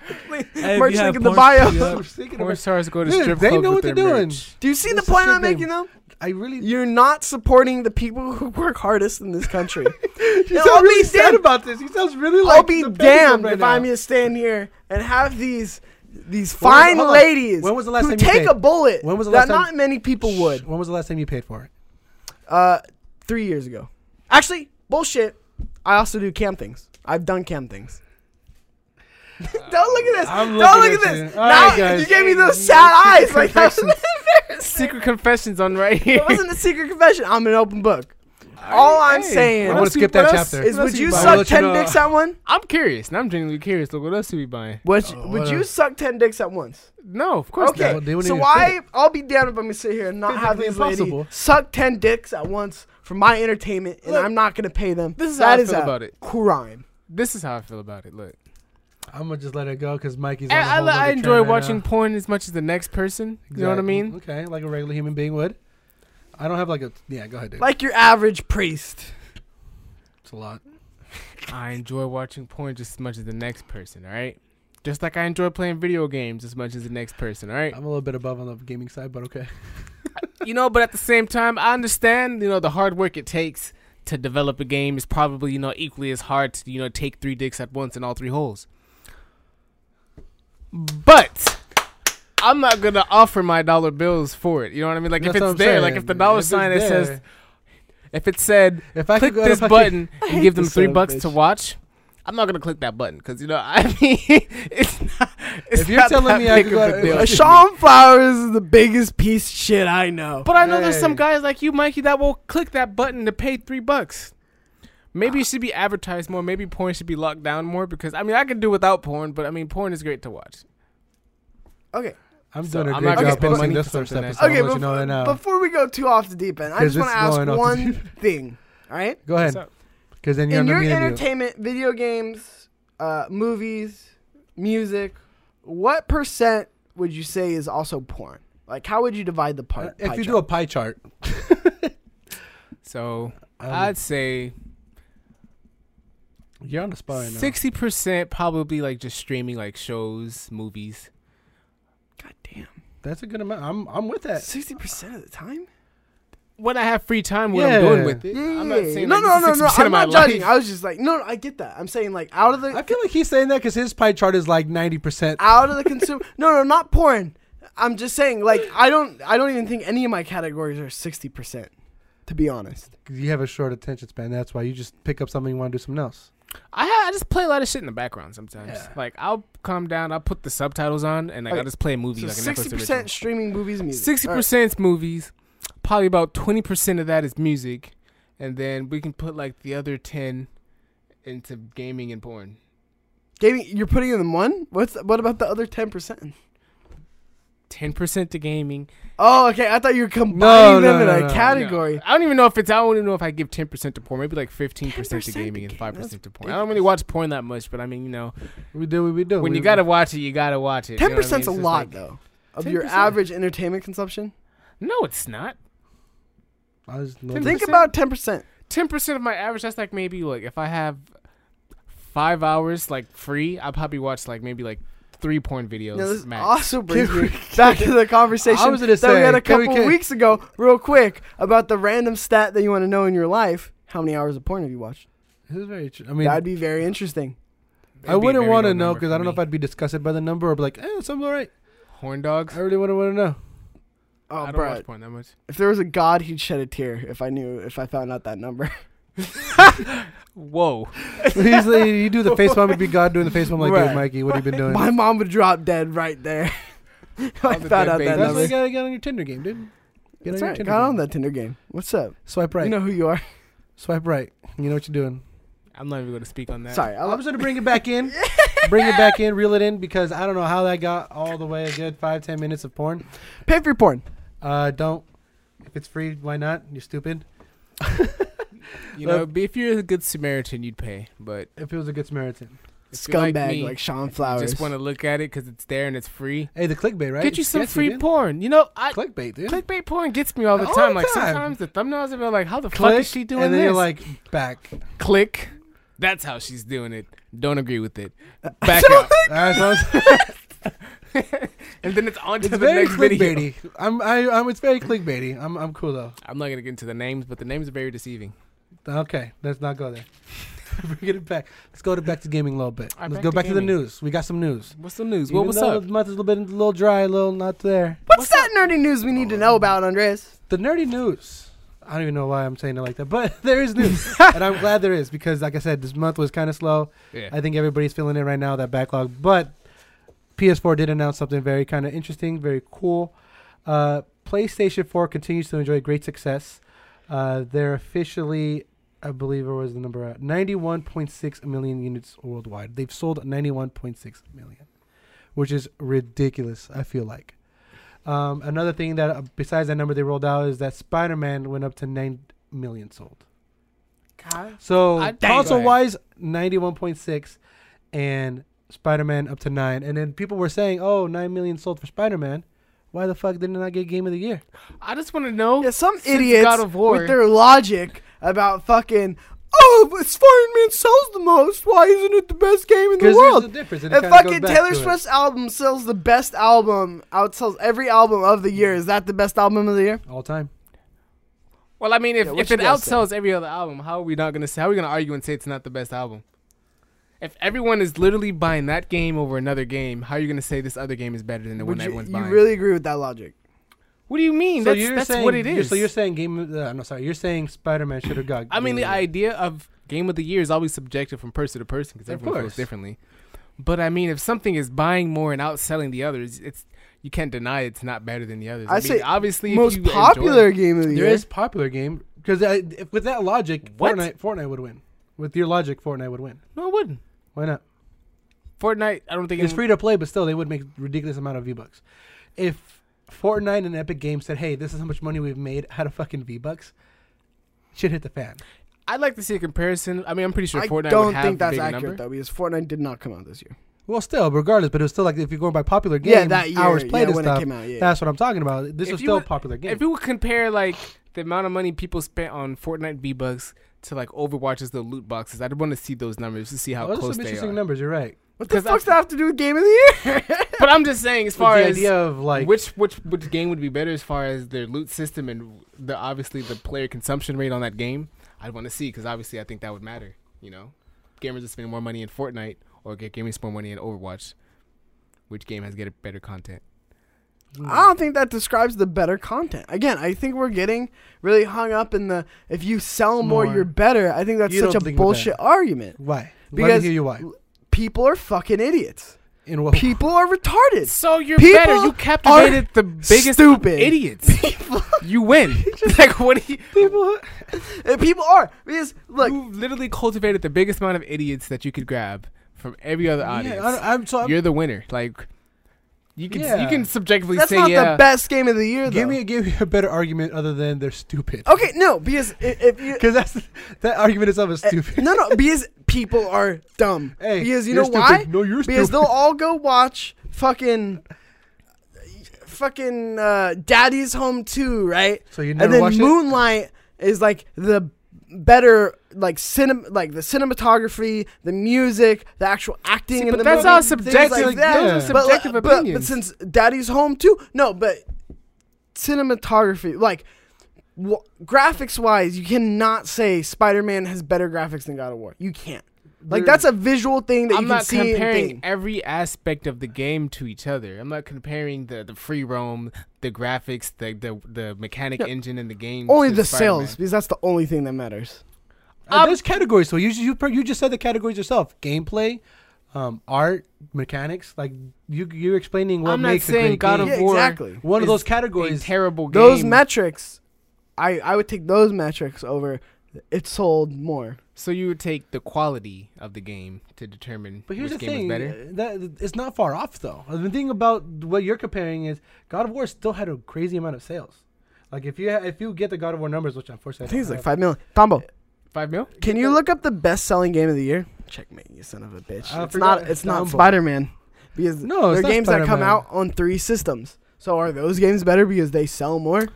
D: Hey,
B: merch
D: if you
B: link
D: have
B: in the
D: porn-
B: bio.
D: yeah.
A: Speaking of
C: Porn
A: merch,
C: stars go to
A: Dude,
C: strip
A: they
C: clubs
A: know
C: with
A: what
C: their
A: they're doing.
C: merch.
B: Do you see the
A: This is
B: point
A: shit
B: I'm
A: that-
B: making though?
A: I really.
B: You're not supporting the people who work hardest in this country.
A: You
B: I'll
A: sound
B: be
A: really sad
B: damned-
A: about this. He sounds really like
B: I'll be
A: the baby
B: damned
A: right
B: if
A: now.
B: I'm gonna stand here and have these these
A: When was-
B: fine
A: hold on.
B: ladies
A: When was the last
B: who
A: time you
B: take
A: paid?
B: a bullet
A: When was the
B: that
A: last time-
B: not many people
A: Shh.
B: would.
A: When was the last time you paid for it?
B: Uh, three years ago. Actually, bullshit. I also do cam things. I've done cam things. Don't look at this.
A: I'm
B: Don't
A: looking
B: look at
A: at
B: this.
A: you. All
B: now
A: right, guys.
B: you gave me those sad eyes. Like that was embarrassing.
C: Secret confessions on right here.
B: It wasn't a secret confession. I'm an open book. All I'm saying
A: I wanna
C: what else
A: skip
C: you- what
A: that
C: else-
A: chapter.
B: is,
C: what else
B: would you
C: buying?
A: I'll let
B: suck
A: you
B: ten
A: know.
B: dicks at one?
C: I'm curious. and I'm genuinely curious. Look, what else are we buying?
B: Would
A: Oh,
B: Would
A: what
B: you
A: else?
B: suck ten dicks at once?
C: No, of course
B: Okay.
A: not. They wouldn't
B: So
A: even
B: why?
A: fit
B: I'll be damned if I'm gonna sit here and not have
A: Physically
B: this lady
A: impossible.
B: suck ten dicks at once for my entertainment, and
C: Look,
B: I'm not gonna pay them.
C: this is
B: That
C: how I
B: is
C: feel
B: a
C: about it.
B: crime.
C: This is how I feel about it. Look,
A: I'm gonna just let it go because Mikey's.
C: I,
A: on a
C: I,
A: whole
C: I
A: other
C: enjoy
A: train right
C: watching
A: now.
C: porn as much as the next person. You know what I
A: Exactly.
C: mean?
A: Okay, like a regular human being would. I don't have like a yeah. Go ahead, dude.
B: like your average priest.
A: it's a lot.
C: I enjoy watching porn just as much as the next person. All right. Just like I enjoy playing video games as much as the next person. All right.
A: I'm a little bit above on the gaming side, but okay.
C: you know, but at the same time, I understand, you know, the hard work it takes to develop a game is probably, you know, equally as hard to, you know, take three dicks at once in all three holes. But I'm not gonna offer my dollar bills for it. You know what I mean? Like
A: That's
C: if
A: what
C: it's
A: I'm saying.
C: there, like if the dollar
A: it's
C: sign it
A: there,
C: says if it said
A: if I
C: click
A: could go
C: this
A: to fucking-
C: button
B: hate
C: and give them
B: this
C: three
B: son of a
C: bucks to
B: bitch.
C: watch, I'm not gonna click that button because you know I mean it's not. It's
A: If you're
C: not
A: telling
C: that
A: me I
C: big
A: could go
C: of a
A: to-
C: deal.
A: Uh,
B: Sean Flowers is the biggest piece of shit I know.
C: But I know there's some
A: Hey.
C: guys like you, Mikey, that will click that button to pay three bucks. Maybe it should be advertised more. Maybe porn should be locked down more because I mean I could do without porn, but I mean porn is great to watch.
B: Okay,
A: I'm
C: So
A: doing a
C: I'm
A: great
C: not gonna
A: job
C: spend
A: posting
C: money
A: this
C: for
A: first
C: something
A: episode.
C: I
A: I'll
B: okay.
A: let
B: Before,
A: you know that now.
B: before we go too off the deep end, I
A: 'Cause
B: just want
A: this
B: to
A: is going
B: ask
A: off the
B: one
A: deep-
B: thing. All right,
A: Go ahead,
C: What's up?
A: because then you're
B: in
A: under
B: your
A: me and you.
B: entertainment, video games, uh, movies, music, what percent would you say is also porn? Like, how would you divide the
A: Uh,
B: part?
A: If you do a pie chart,
C: So
A: um,
C: I'd say
A: you're on the spot right now.
C: sixty percent probably like just streaming like shows, movies.
B: goddamn
A: That's a good amount. I'm I'm with that.
B: sixty percent of the time.
C: When I have free time, what I'm doing with it. I'm not saying
B: no,
C: like,
B: no,
C: this
B: no,
C: is
B: no.
C: 60%
B: I'm
C: of my
B: not judging.
C: life.
B: I was just like, no, no, I get that. I'm saying like out of the
A: I feel like he's saying that because his pie chart is like 90%.
B: out of the consumer. no, no, not porn. I'm just saying, like, I don't, I don't even think any of my categories are sixty percent. To be honest,
A: 'Cause You have a short attention span. That's why you just pick up something you want to do something else.
C: I, ha- I just play a lot of shit in the background sometimes.
A: Yeah.
C: Like I'll calm down, I'll put the subtitles on, and like
B: Okay.
C: I'll just play a movie.
B: so
C: like a Netflix
B: sixty
C: original.
B: percent streaming movies, music.
C: Sixty
B: All right.
C: percent is movies. Probably about twenty percent of that is music, and then we can put like the other ten into gaming and porn.
B: Gaming, you're putting in one. What's what about the other ten percent?
C: Ten percent to gaming.
B: Oh, okay. I thought you were combining
A: No, no,
B: them in
A: no,
B: a
A: no, no.
B: category.
C: No, I don't even know if it's. I don't even know if I give ten percent to porn. Maybe like fifteen percent
B: 10%
C: to
B: to
C: gaming and
B: gaming.
C: five
B: That's
C: percent to porn. I don't really watch porn that much, but I mean, you know,
A: We do what we do.
C: when
A: We-
C: you gotta watch it, you gotta watch it. You know
B: Ten
C: what I
B: percent's
C: mean? It's
B: a
C: just
B: lot,
C: like-
B: though, of your
C: 10%.
B: average entertainment consumption.
C: No, it's not.
A: I was no,
C: Think-
B: Think about ten percent.
C: Ten percent of my average. That's like maybe like if I have five hours like free, I probably watch like maybe like three porn videos.
B: Now, this
C: max.
B: also brings
A: Can
B: me back to the conversation
A: I was gonna
B: that we had
A: say,
B: a
A: can we
B: couple
A: can-
B: weeks ago, real quick, about the random stat that you want to know in your life. How many hours of porn have you watched?
A: This is very. Tr- I mean,
B: That'd be very interesting.
A: I
C: It'd be a
A: wouldn't
C: very
A: want
C: low
A: to know
C: number
A: because
C: for
A: I don't know if
C: me.
A: I'd be disgusted by the number or be like, eh, it's all right.
C: horn dogs.
A: I really wouldn't want to know.
B: Oh,
C: I don't
B: bro!
C: watch porn that much.
B: If there was a god, he'd shed a tear if I knew if I found out that number.
C: Whoa.
A: He's like, you do the face palm, it'd be God doing the face palm like,
B: Right.
A: dude, Mikey, what have you been doing?
B: My mom would drop dead right there. if I
C: All
B: found
C: the dead
B: out
C: babies.
B: that
A: That's why you
B: number.
A: gotta get on your Tinder game, dude. Get
B: That's
A: on your
B: right.
A: Tinder
B: Got
A: game.
B: on that Tinder game. What's up?
A: Swipe right.
B: You know who you are.
A: Swipe right. You know what you're doing.
C: I'm not even going to speak on that.
B: Sorry, I
A: I
B: love
A: was gonna bring it back in. bring it back in, reel it in because I don't know how that got all the way a good five, ten minutes of porn.
B: pay for your porn.
A: Uh don't if it's free, why not? You're stupid.
C: You know, but if you're a good Samaritan, you'd pay. But
A: If it was a good Samaritan.
C: if you're
B: Scumbag like,
C: me,
B: Sean
C: you
B: Flowers.
C: just want to look at it because it's there and it's free.
A: Hey, the clickbait, right?
C: Get you
A: It's
C: some
A: catchy,
C: free
A: dude.
C: porn. You know, I
A: clickbait, dude.
C: clickbait porn gets me all the
A: All
C: time.
A: the
C: like
A: time.
C: sometimes the thumbnails are like, how the fuck
A: Click,
C: is she doing
A: and then
C: this?
A: you're like back.
C: click. That's how she's doing it. Don't agree with it. Back out.
A: Uh, so it's
C: and then it's on to
A: it's
C: the
A: very
C: next video.
A: clickbaity. I'm I, I'm it's very clickbaity. I'm I'm cool though.
C: I'm not gonna get into the names, but the names are very deceiving.
A: Okay, let's not go there. Bring it back. Let's go to back to gaming a little bit.
C: All right,
A: let's
C: back
A: go
C: to
A: back to the
C: gaming.
A: news. We got some news.
C: What's the news?
A: Even
C: What was
A: though
C: up?
A: The month is a little bit, a little dry, a little not there.
B: What's that nerdy news we need to
C: Oh,
B: know about, Andres?
A: The nerdy news. I don't even know why I'm saying it like that, but there is news, and I'm glad there is because, like I said, this month was kind of slow.
C: Yeah.
A: I think everybody's feeling it right now that backlog. But PS4 did announce something very kind of interesting, very cool. Uh, PlayStation 4 continues to enjoy great success. Uh, they're officially, I believe, or was the number at 91.6 million units worldwide. They've sold 91.6 million, which is ridiculous. I feel like. Um, another thing that uh, besides that number they rolled out is that Spider-Man went up to nine million sold. So
C: I- Dang.
A: console
C: Go ahead.
A: wise, ninety one point six, and Spider Man up to nine. And then people were saying, "Oh, nine million sold for Spider Man. Why the fuck did it not get Game of the Year?"
C: I just want to know.
B: Yeah, some
C: Since
B: idiots
C: God of War.
B: with their logic about fucking oh, but Spider-Man sells the most. Why isn't it the best game in the
A: Because there's
B: world?
A: a difference. And it
B: And
A: kinda goes
B: fucking
A: back
B: Taylor
A: to it.
B: Swift's album sells the best album, outsells every album of the year. Is that the best album of the year?
A: all time.
C: Well, I mean, if,
B: Yeah, what
C: if
B: you
C: it
B: guys
C: outsells every other album, how are we not gonna say? How are we gonna argue and say it's not the best album? If everyone is literally buying that game over another game, how are you gonna say this other game is better than the
B: Would
C: one
B: you,
C: everyone's
B: you
C: buying?
B: really agree with that logic?
C: What do you mean?
A: So
C: that's
A: you're
C: that's
A: saying,
C: what it
A: you're-
C: is.
A: So you're saying Game? Of, uh, no, sorry. You're saying Spider Man should have got.
C: I
A: Game
C: mean, the
A: of Year.
C: idea of game of the year is always subjective from person to person because
A: Of
C: everyone
A: course.
C: feels differently. But I mean, if something is buying more and outselling the others, it's you can't deny it's not better than the others.
B: I
C: mean,
B: say
C: obviously if
B: Most
C: you enjoy-
B: popular game of the
A: there
B: year.
A: is popular game because uh, if- with that logic,
C: What?
A: Fortnite Fortnite would win. With your logic, Fortnite would win.
C: No, it wouldn't.
A: Why not?
C: Fortnite. I don't think
A: It's
C: it-
A: free to play, but still, they would make ridiculous amount of V bucks. If Fortnite and Epic Games said, "Hey, this is how much money we've made out of fucking V bucks," shit hit the fan.
C: I'd like to see a comparison. I mean, I'm pretty sure
B: I
C: Fortnite
B: don't
C: would have
B: think that's
C: the bigger
B: accurate
C: number.
B: though, because Fortnite did not come out this year.
A: Well, still, regardless, but it was still like if you're going by popular game,
B: yeah, that year
A: hours played
B: yeah,
A: and
B: when
A: stuff.
B: it came out. Yeah,
A: That's what I'm talking about. This
C: If
A: was
C: you
A: still a
C: would-
A: popular game.
C: If you would compare like the amount of money people spent on Fortnite V Bucks to like Overwatch's the loot boxes, I'd want to see those numbers to see how
A: Oh, those are
C: close
A: some
C: they
A: interesting
C: are.
A: numbers. You're right.
B: what the
C: because I-
B: fuck does that have to do with game of the year?
C: But I'm just saying, as
A: With
C: far
A: the
C: as
A: idea of like,
C: which which which game would be better as far as their loot system and the obviously the player consumption rate on that game, I'd want to see because obviously I think that would matter. You know, gamers are spending more money in Fortnite or get gamers spend more money in Overwatch. Which game has get better content?
A: Mm.
B: I don't think that describes the better content. Again, I think we're getting really hung up in the if you sell more,
A: More.
B: you're better. I think that's
A: You
B: such
A: don't
B: a
A: think we're
B: bullshit argument.
A: why? Let
B: Because-
A: me hear you why.
B: People are fucking idiots.
A: In what?
B: People are retarded.
C: So you're
B: People
C: better. You captivated the biggest
B: stupid.
C: idiots. You win. like what? Do you,
B: People, Uh, people are because look,
C: you literally cultivated the biggest amount of idiots that you could grab from every other audience.
A: Yeah, I, am so I'm-
C: you're the winner. Like you can
A: Yeah.
C: you can subjectively
B: that's
C: say
B: not
C: yeah.
B: the best game of the year.
A: give
B: though.
A: me give me a better argument other than they're stupid.
B: okay, no, because if, if you, eh,
A: because that's that argument itself is stupid.
B: no, no, because people are dumb.
A: Hey,
B: because you
A: you're
B: know
A: stupid.
B: why?
A: No, you're
B: Because
A: stupid.
B: they'll all go watch fucking, fucking uh, Daddy's Home 2, right?
A: So you
B: and
A: never
B: then
A: watched it.
B: Moonlight is like the better like cinema, like the cinematography, the music, the actual acting. in
C: but
B: the
C: that's
B: movie,
C: all
B: things
C: subjective.
B: Like that.
C: Those are
B: But,
C: subjective
B: but- But,
C: opinions.
B: since Daddy's home too, no, but cinematography, like w- graphics wise, you cannot say Spider Man has better graphics than God of War. You can't. Like
C: There-
B: that's a visual thing that
C: I'm
B: you can
C: not
B: see and
C: comparing
B: think.
C: every aspect of the game to each other. I'm not comparing the, the free roam, the graphics, the the, the mechanic
B: Yeah.
C: engine in the game.
B: Only
C: to
B: the
C: Spider-Man.
B: sales, because that's the only thing that matters.
A: Uh, there's categories. So you you pr- you just said the categories yourself: gameplay, um, art, mechanics. Like you you're explaining what
C: I'm not
A: makes a
C: saying
A: great
C: God
A: game.
C: of
B: Yeah,
C: War
B: exactly.
A: One of
C: is
A: those
C: a
A: categories.
C: terrible game.
B: Those metrics, I I would take those metrics over. It sold more.
C: so you would take the quality of the game to determine
A: but here's
C: which
A: the
C: game
A: thing:
C: is better.
A: uh, that it's not far off though. Uh, The thing about what you're comparing is God of War still had a crazy amount of sales. Like if you ha- if you get the God of War numbers, which unfortunately
B: I think it's
A: don't
B: like
A: have,
B: five million. Tombo,
A: uh,
C: Five mil?
B: can you look up the best selling game of the year? Checkmate, you son of a bitch.
A: I
B: it's
A: forgot
B: not. It's not
A: Tombo.
B: Spider Man, because
A: No, it's
B: they're
A: not
B: games that come
A: Spider-Man.
B: out on three systems. So are those games better because they sell more?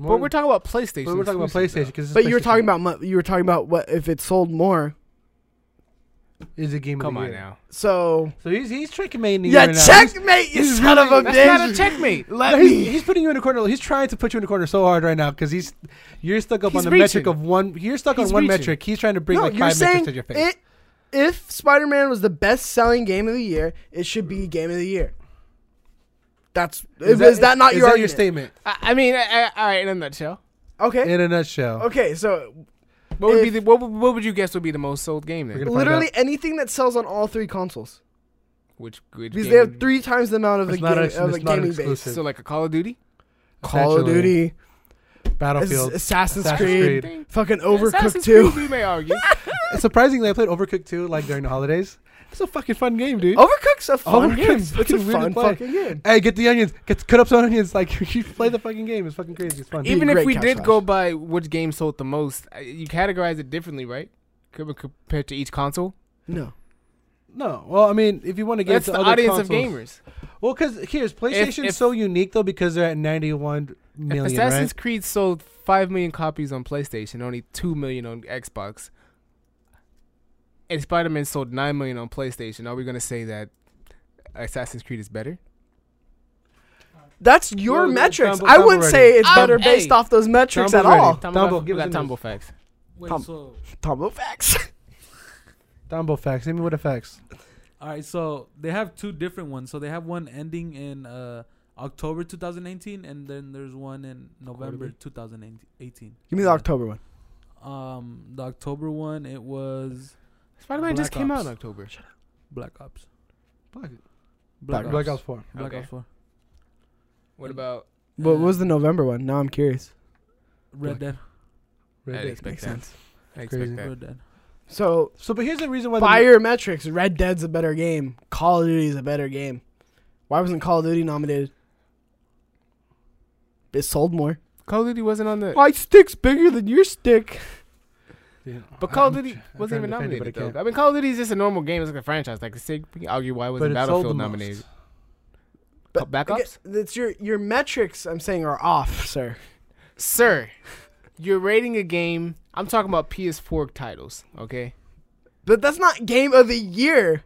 A: more-
C: But we're talking about PlayStation.
A: but we're talking about
C: exclusive,
A: PlayStation
C: though.
A: because
B: But you were talking about mo- you were talking about what if it sold more.
A: is a game. of
C: Come
A: the
C: on
A: year.
C: now.
B: So
A: So he's he's tricking me.
B: yeah, checkmate, you
A: He's
B: son of a
A: really- That's
B: bitch.
C: That's not a checkmate.
A: No,
C: Let
A: he's,
C: me.
A: he's putting you in a corner. He's trying to put you in a corner so hard right now because he's you're stuck up
C: He's
A: on the metric
C: reaching.
A: of one. You're stuck
C: He's
A: on one
C: reaching.
A: metric. He's trying to bring
B: no,
A: like
B: you're
A: five
B: saying
A: metrics to your face.
B: it. If Spider Man was the best selling game of the year, it should be game of the year. That's is that, is that not
A: is
B: your
A: that
B: argument?
A: your statement?
C: I, I mean, I, I, all right. In a nutshell,
B: Okay.
A: In a nutshell,
B: okay. So
C: what would be
B: If-
C: the what, would- what would you guess would be the most sold game
A: We're
C: then?
A: gonna- find
B: literally anything that sells on all three consoles
C: Which, which
B: because
C: game
B: they have
C: would-
B: three times the amount of
A: It's
B: the
A: not
B: game,
A: a-
B: of
A: it's
B: the
A: not an
B: gaming base.
A: exclusive.
C: So like a Call of Duty.
B: Call of
A: Essentially,
B: Duty, Ass-
A: Battlefield,
B: Assassin's,
A: Assassin's
B: Creed,
A: Creed.
B: fucking
C: Assassin's
B: Overcooked
C: Creed,
B: Two.
C: We may argue.
A: Surprisingly, I played Overcooked 2 like during the holidays. It's a fucking fun game,
C: Oh.
A: dude.
B: Overcooked's a fun
A: Overcooked's
B: game. It's
A: fucking
B: a
A: weird to
B: fun
A: play.
B: fucking game.
A: Hey, get the onions. Get cut up some onions. Like you play the fucking game. It's fucking crazy. It's fun.
B: Be a
C: Even if
B: great
C: we
B: couch
C: did
B: lounge.
C: go by which game sold the most, uh, you categorize it differently, right? Com- Compared to each console,
B: No,
A: no, well, I mean, if you want to get
C: that's
A: to
C: the
A: other
C: audience
A: consoles,
C: of gamers.
A: Well, because here's PlayStation's
C: if-
A: so unique though because they're at 91 million. right?
C: if Assassin's Creed sold five million copies on PlayStation, only two million on Xbox, and Spider Man sold nine million on PlayStation, are we going to say that Assassin's Creed is better?
B: that's your
A: Well,
B: metrics.
A: Tombo-
B: I
A: Tombo
B: wouldn't
A: already.
B: say it's
C: Um,
B: better
C: hey,
B: based off those metrics
A: Tombo's
B: at all.
A: ready. Oh, Dumbo,
C: facts.
A: give
C: we
A: us
C: got
A: a news.
C: Tombo facts.
D: Wait,
B: Tom-
D: so
B: Tombo facts.
A: Dumbo facts. Hit me with the facts.
D: all right, so they have two different ones. So they have one ending in uh, October 2018, and then there's one in November 2018.
B: Give me the October one.
D: Um, the October one it was
C: Spider Man just
D: Black
C: came out
D: Ops.
C: in October.
D: Black Ops.
A: Black,
D: Black, Ops.
A: Black Ops 4.
D: Black
C: Okay.
D: Ops 4.
C: What about?
B: What
C: Uh,
B: was the November one? Now I'm curious.
D: Red Dead.
A: Red
C: I
A: Dead.
C: expect
B: Makes
C: that.
B: sense.
C: I expect
A: Crazy.
C: that.
D: Red Dead.
B: So
A: So, but here's the reason why.
B: by your metrics, Red Dead's a better game. Call of Duty's a better game. Why wasn't Call of Duty nominated? It sold more.
C: Call of Duty wasn't on the.
B: My stick's bigger than your stick.
A: The, yeah.
C: But Call of
A: I'm
C: Duty
A: tr- I'm
C: wasn't even
A: trying to defend it,
C: nominated.
A: but I can't.
C: though. I mean, Call of Duty is just a normal game. It's like a franchise. Like, say, we can argue why wasn't
A: But it sold the
C: Battlefield
A: most.
C: nominated?
B: But
C: Call- Black
B: aga-
C: Ops,
B: That's your your metrics. I'm saying are off, sir.
C: sir. You're rating a game. I'm talking about PS4 titles. Okay,
B: But that's not game of the year.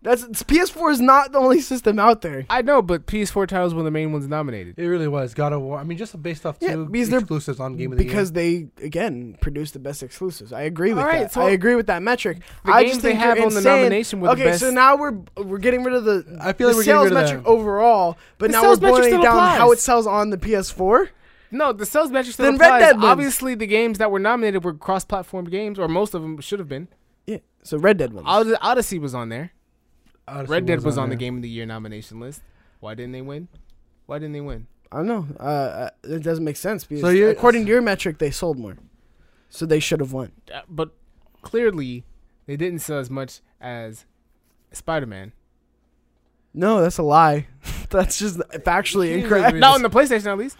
B: That's it's- PS4 is not the only system out there.
C: I know, but PS4 titles were the main ones nominated.
A: It really was God of War. I mean, just based off
B: Yeah,
A: two
B: because they're-
A: exclusives on Game of the
B: because they again produce the best exclusives. I agree with
C: All right,
B: that.
C: so
B: I agree with that metric.
C: The
B: I
C: games
B: just
C: they
B: think you're
C: have on the
B: insane.
C: nomination were the
B: okay,
C: best.
B: so now we're we're getting rid of the
A: I feel like
B: the
A: we're getting
B: sales
A: rid of
B: metric
A: that.
B: overall, but
C: The
B: now we're
C: sales metric
B: boiling it
C: still
B: down
C: applies.
B: how it sells on the PS4.
C: no, the sales metrics still
B: Then Red
C: applies.
B: Dead wins.
C: Obviously, the games that were nominated were cross-platform games, or most of them should have been.
B: Yeah, so Red Dead wins.
C: Od- Odyssey was on there.
A: Odyssey
C: Red Dead was on the
A: there.
C: Game of the Year nomination list. Why didn't they win? Why didn't they win?
B: I don't know. Uh, uh, it doesn't make sense because
A: So you're-
B: according to your metric, they sold more, so they should have won.
C: Uh, but clearly they didn't sell as much as Spider-Man.
B: No, that's a lie. that's just factually
A: Jesus,
B: incorrect.
A: Really?
C: Not on the PlayStation, at least.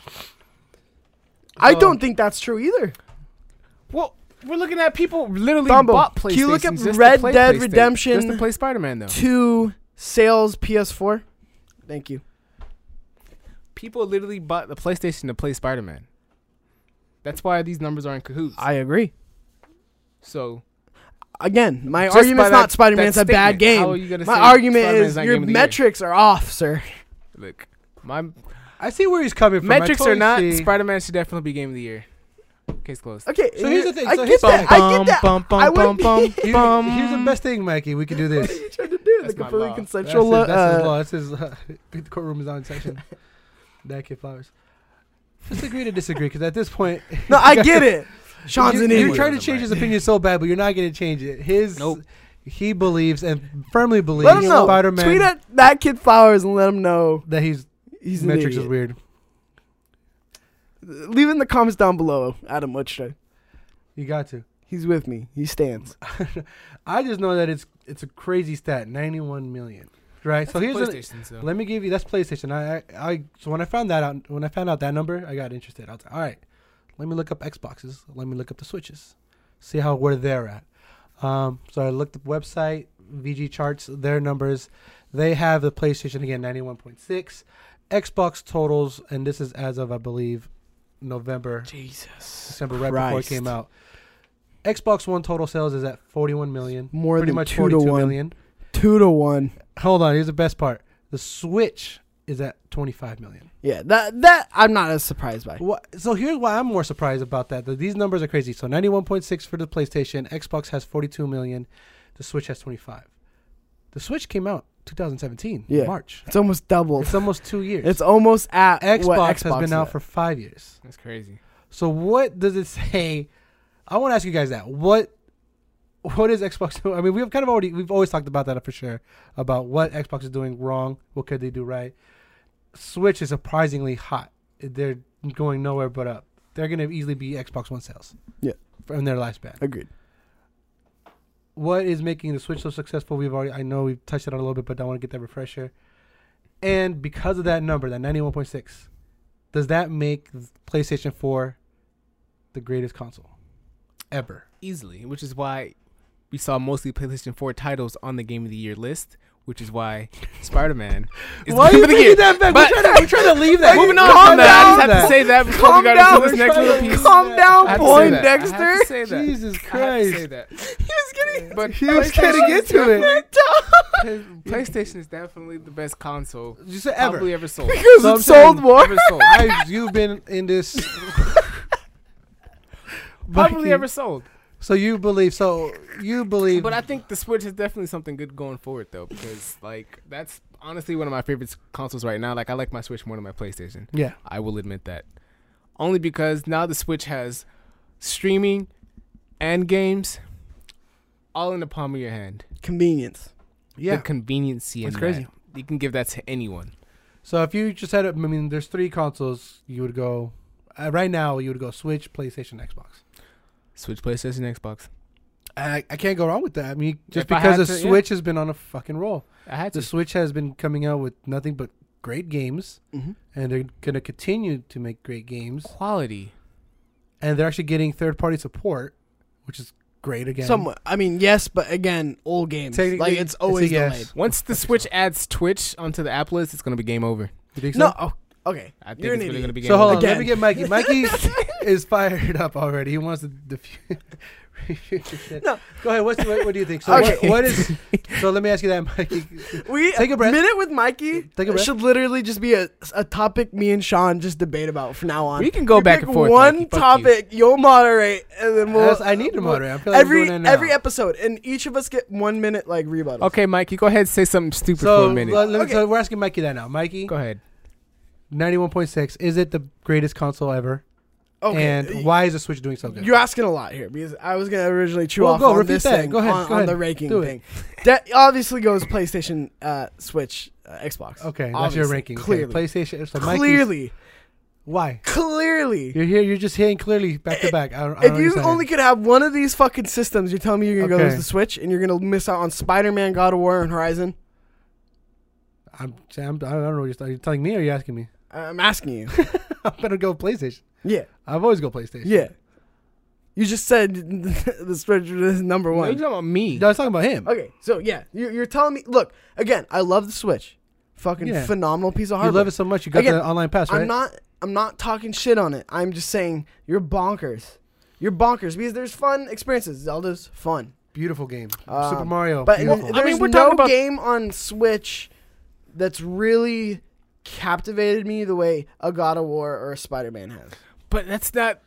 B: I don't think that's true either.
C: Well, we're looking at people literally
B: Dumbo,
C: bought PlayStation.
B: can you look up
C: just to
B: Red
C: play
B: Dead
C: PlayStation-
B: Redemption
C: just to play Spider-Man, though.
B: Two sales PS4. Thank you.
C: People literally bought the PlayStation to play Spider-Man. That's why these numbers are in cahoots.
B: I agree.
C: So
B: Again, my
C: just
B: argument
C: by
B: is
C: that-
B: not Spider Man's
C: that
B: a bad
C: statement, how are
B: game.
C: you gonna
B: My
C: say
B: argument
C: Spider-Man's
B: is
C: not
B: your
C: game of the year?
B: metrics are off, sir.
C: Look, my
A: I see where he's coming from. I
C: metrics
A: totally
C: or not,
A: see-
C: Spider Man should definitely be game of the year. Case closed.
B: Okay,
A: So here's the
B: you-
A: thing,
B: I
A: so
B: get
A: here's
B: that. I get that.
C: Bum, bum,
B: I
C: bum,
B: wouldn't
C: bum,
B: be-
A: Here-
C: bum.
A: here's the best thing, Mikey. We could do
B: What are
A: this.
B: you trying to do?
C: That's
B: The
C: my
B: completely
C: law.
A: That's
B: consensual.
A: his,
B: lo-
A: that's his
B: uh,
A: law. That's his, uh, the courtroom is now in session. that kid flowers. Just agree to disagree, because at this point,
B: No, I get it. Sean's
A: you,
B: an
A: you're
B: idiot.
A: trying to change his opinion so bad, but you're not going to change it. His,
D: Nope.
A: he believes and firmly believes
B: Let him know.
A: Spider-Man
B: Tweet at that kid Flowers and let him know
A: that he's
B: he's an
A: metrics
B: idiot.
A: is weird.
B: Leave in the comments down below, Adam Wichita.
A: You got to.
B: He's with me. He stands.
A: Ah, I just know that it's it's a crazy stat, 91 million. Right. so here's an,
C: PlayStation. so.
A: Let me give you that's PlayStation. I, I I so when I found that out when I found out that number, I got interested. I was like, all right, let me look up Xboxes. Let me look up the Switches. See how where they're at. Um, so I looked up website VG charts their numbers. They have the PlayStation again 91.6, Xbox totals, and this is as of I believe November
B: Jesus.
A: December right before it
B: Christ.
A: came out. Xbox One total sales is at 41 million,
B: More
A: pretty
B: than
A: much
B: two to
A: 42
B: one.
A: million.
B: Two to one.
A: Hold on, here's the best part. The Switch is at 25 million.
B: Yeah, that that I'm not as surprised by.
A: What, so here's why I'm more surprised about that. that These numbers are crazy. So 91.6 for the PlayStation, Xbox has 42 million, the Switch has 25. The Switch came out 2017,
B: Yeah.
A: March.
B: It's almost double.
A: It's almost two years.
B: It's almost at
A: Xbox,
B: what Xbox
A: has been
B: is
A: out
B: at.
A: for five years.
C: That's crazy.
A: So what does it say? I want to ask you guys that. What what is Xbox? I mean, we've kind of already we've always talked about that for sure about what Xbox is doing wrong. What could they do right? Switch is surprisingly hot. They're going nowhere but up. They're going to easily be Xbox One sales.
B: Yeah.
A: from their lifespan.
B: Agreed.
A: What is making the Switch so successful? We've already I know we've touched it on a little bit, but I want to get that refresher. And because of that number, that ninety one point six, does that make PlayStation Four the greatest console ever?
C: Easily, which is why we saw mostly PlayStation 4 titles on the Game of the Year list, which is why Spider Man is
A: Why are
C: the
A: you
C: Game of the Year.
A: taking that back?
C: But-
A: we're, trying to, we're trying to leave that.
C: Moving on
A: We're trying
C: from
A: to
C: that,
A: leave
C: I just have to say that before
B: Calm
C: we got
B: down,
C: into this
A: we're
C: next
A: trying
C: little
A: to
C: piece.
B: Calm down,
C: I have to
B: boy,
C: say that. I have to
B: Dexter.
C: say that.
A: Jesus
C: I have to say
A: Christ!
C: that.
B: He was getting.
C: But
A: He was trying to get to it.
C: PlayStation is definitely the best console
A: You said ever.
C: probably ever sold.
B: Because
A: So
B: it
A: I'm
B: sold
A: saying-
B: more.
C: Ever sold.
A: I, you've been in this. Mikey.
C: Probably ever sold.
A: So you believe? So you believe?
C: But I think the Switch is definitely something good going forward, though, because like that's honestly one of my favorite s- consoles right now. Like I like my Switch more than my PlayStation.
A: yeah.
C: I will admit that, only because now the Switch has streaming and games all in the palm of your hand.
B: Convenience.
A: Yeah.
C: the conveniency.
A: That's
C: in
A: crazy.
C: that. You can give that to anyone.
A: So if you just had, a- I mean, there's three consoles. You would go. Uh, right now, you would go Switch, PlayStation, Xbox.
C: Switch, PlayStation, Xbox.
A: I, I can't go wrong with that. I mean, just
C: If I
A: because
C: had
A: the
C: to, yeah.
A: Switch has been on a fucking roll.
C: I had
A: The
C: to.
A: Switch has been coming out with nothing but great games,
B: Mhm.
A: and they're gonna continue to make great games.
C: Quality.
A: and they're actually getting third party support, which is great again.
B: Somewhat. I mean, yes, but again, old games.
A: Technically,
B: Like it's
A: it's a
B: always
A: yes.
B: delayed.
C: Once the Switch adds Twitch onto the app list, it's gonna be game over.
A: You think
B: No.
A: so?
B: Oh, okay.
C: I think
B: You're an
C: it's really
B: idiot.
C: gonna be game
A: So hold
C: over.
A: on, let me
B: Again.
A: get Mikey. Mikey is fired up already. He wants to defuse. refute the shit.
B: No.
A: Go ahead. What's, what, what do you think? So what-
B: Okay.
A: what is? So let me ask you that, Mikey.
B: We
A: Take a breath.
B: minute with Mikey.
A: Take a breath.
B: Should literally just be a, a topic me and Sean just debate about from now on.
C: We can go
B: You
C: back
B: pick
C: and forth,
B: One
C: Mikey. Fuck
B: topic you. will moderate, and then we'll.
A: Yes, I need to
B: we'll-
A: moderate. I feel like I'm
B: Every
A: doing that now.
B: every episode, and each of us get one minute like rebuttal.
C: Okay, Mike, you go ahead and say something stupid
A: So,
C: for a minute.
A: let- let me-
B: Okay.
A: so we're asking Mikey that now. Mikey,
C: go ahead.
A: ninety-one point six. Is it the greatest console ever? And why is the Switch doing so good?
B: You're asking a lot here because I was gonna originally chew
A: Well,
B: off
A: go,
B: on
A: repeat
B: this
A: that.
B: thing
A: Go ahead,
B: on,
A: go
B: on
A: ahead.
B: the ranking
A: Do it.
B: thing. That obviously goes PlayStation, uh, Switch, uh, Xbox.
A: okay, that's
B: Obviously,
A: your ranking. Okay,
B: Clearly,
A: PlayStation. So Mikey's-
B: clearly,
A: why?
B: clearly.
A: You're here. You're just hitting clearly back to back. I don't, I
B: If
A: don't
B: you
A: understand.
B: only could have one of these fucking systems, you're telling me you're gonna go
A: Okay.
B: to the Switch and you're gonna miss out on Spider-Man, God of War, and Horizon.
A: I'm, I'm, I don't know. What you're, are you telling me or are you asking me?
B: I- I'm asking you.
A: I'm gonna go PlayStation.
B: yeah,
A: I've always go PlayStation.
B: yeah. You just said the Switch is number
C: No,
B: one.
C: you're talking about me.
A: No, I was talking about him.
B: Okay, so yeah, you- you're telling me. Look, again, I love the Switch. Fucking
A: Yeah.
B: phenomenal piece of
A: You
B: hardware.
A: love it so much. You got
B: Again,
A: the online pass, right?
B: I'm not. I'm not talking shit on it. I'm just saying you're bonkers. you're bonkers because there's fun experiences. Zelda's fun.
A: Beautiful game.
B: Um,
A: Super Mario.
B: But
A: Oh, beautiful.
B: there's
C: I mean, we're
B: no
C: talking about-
B: game on Switch that's really captivated me the way a God of War or a Spider Man has.
C: But that's not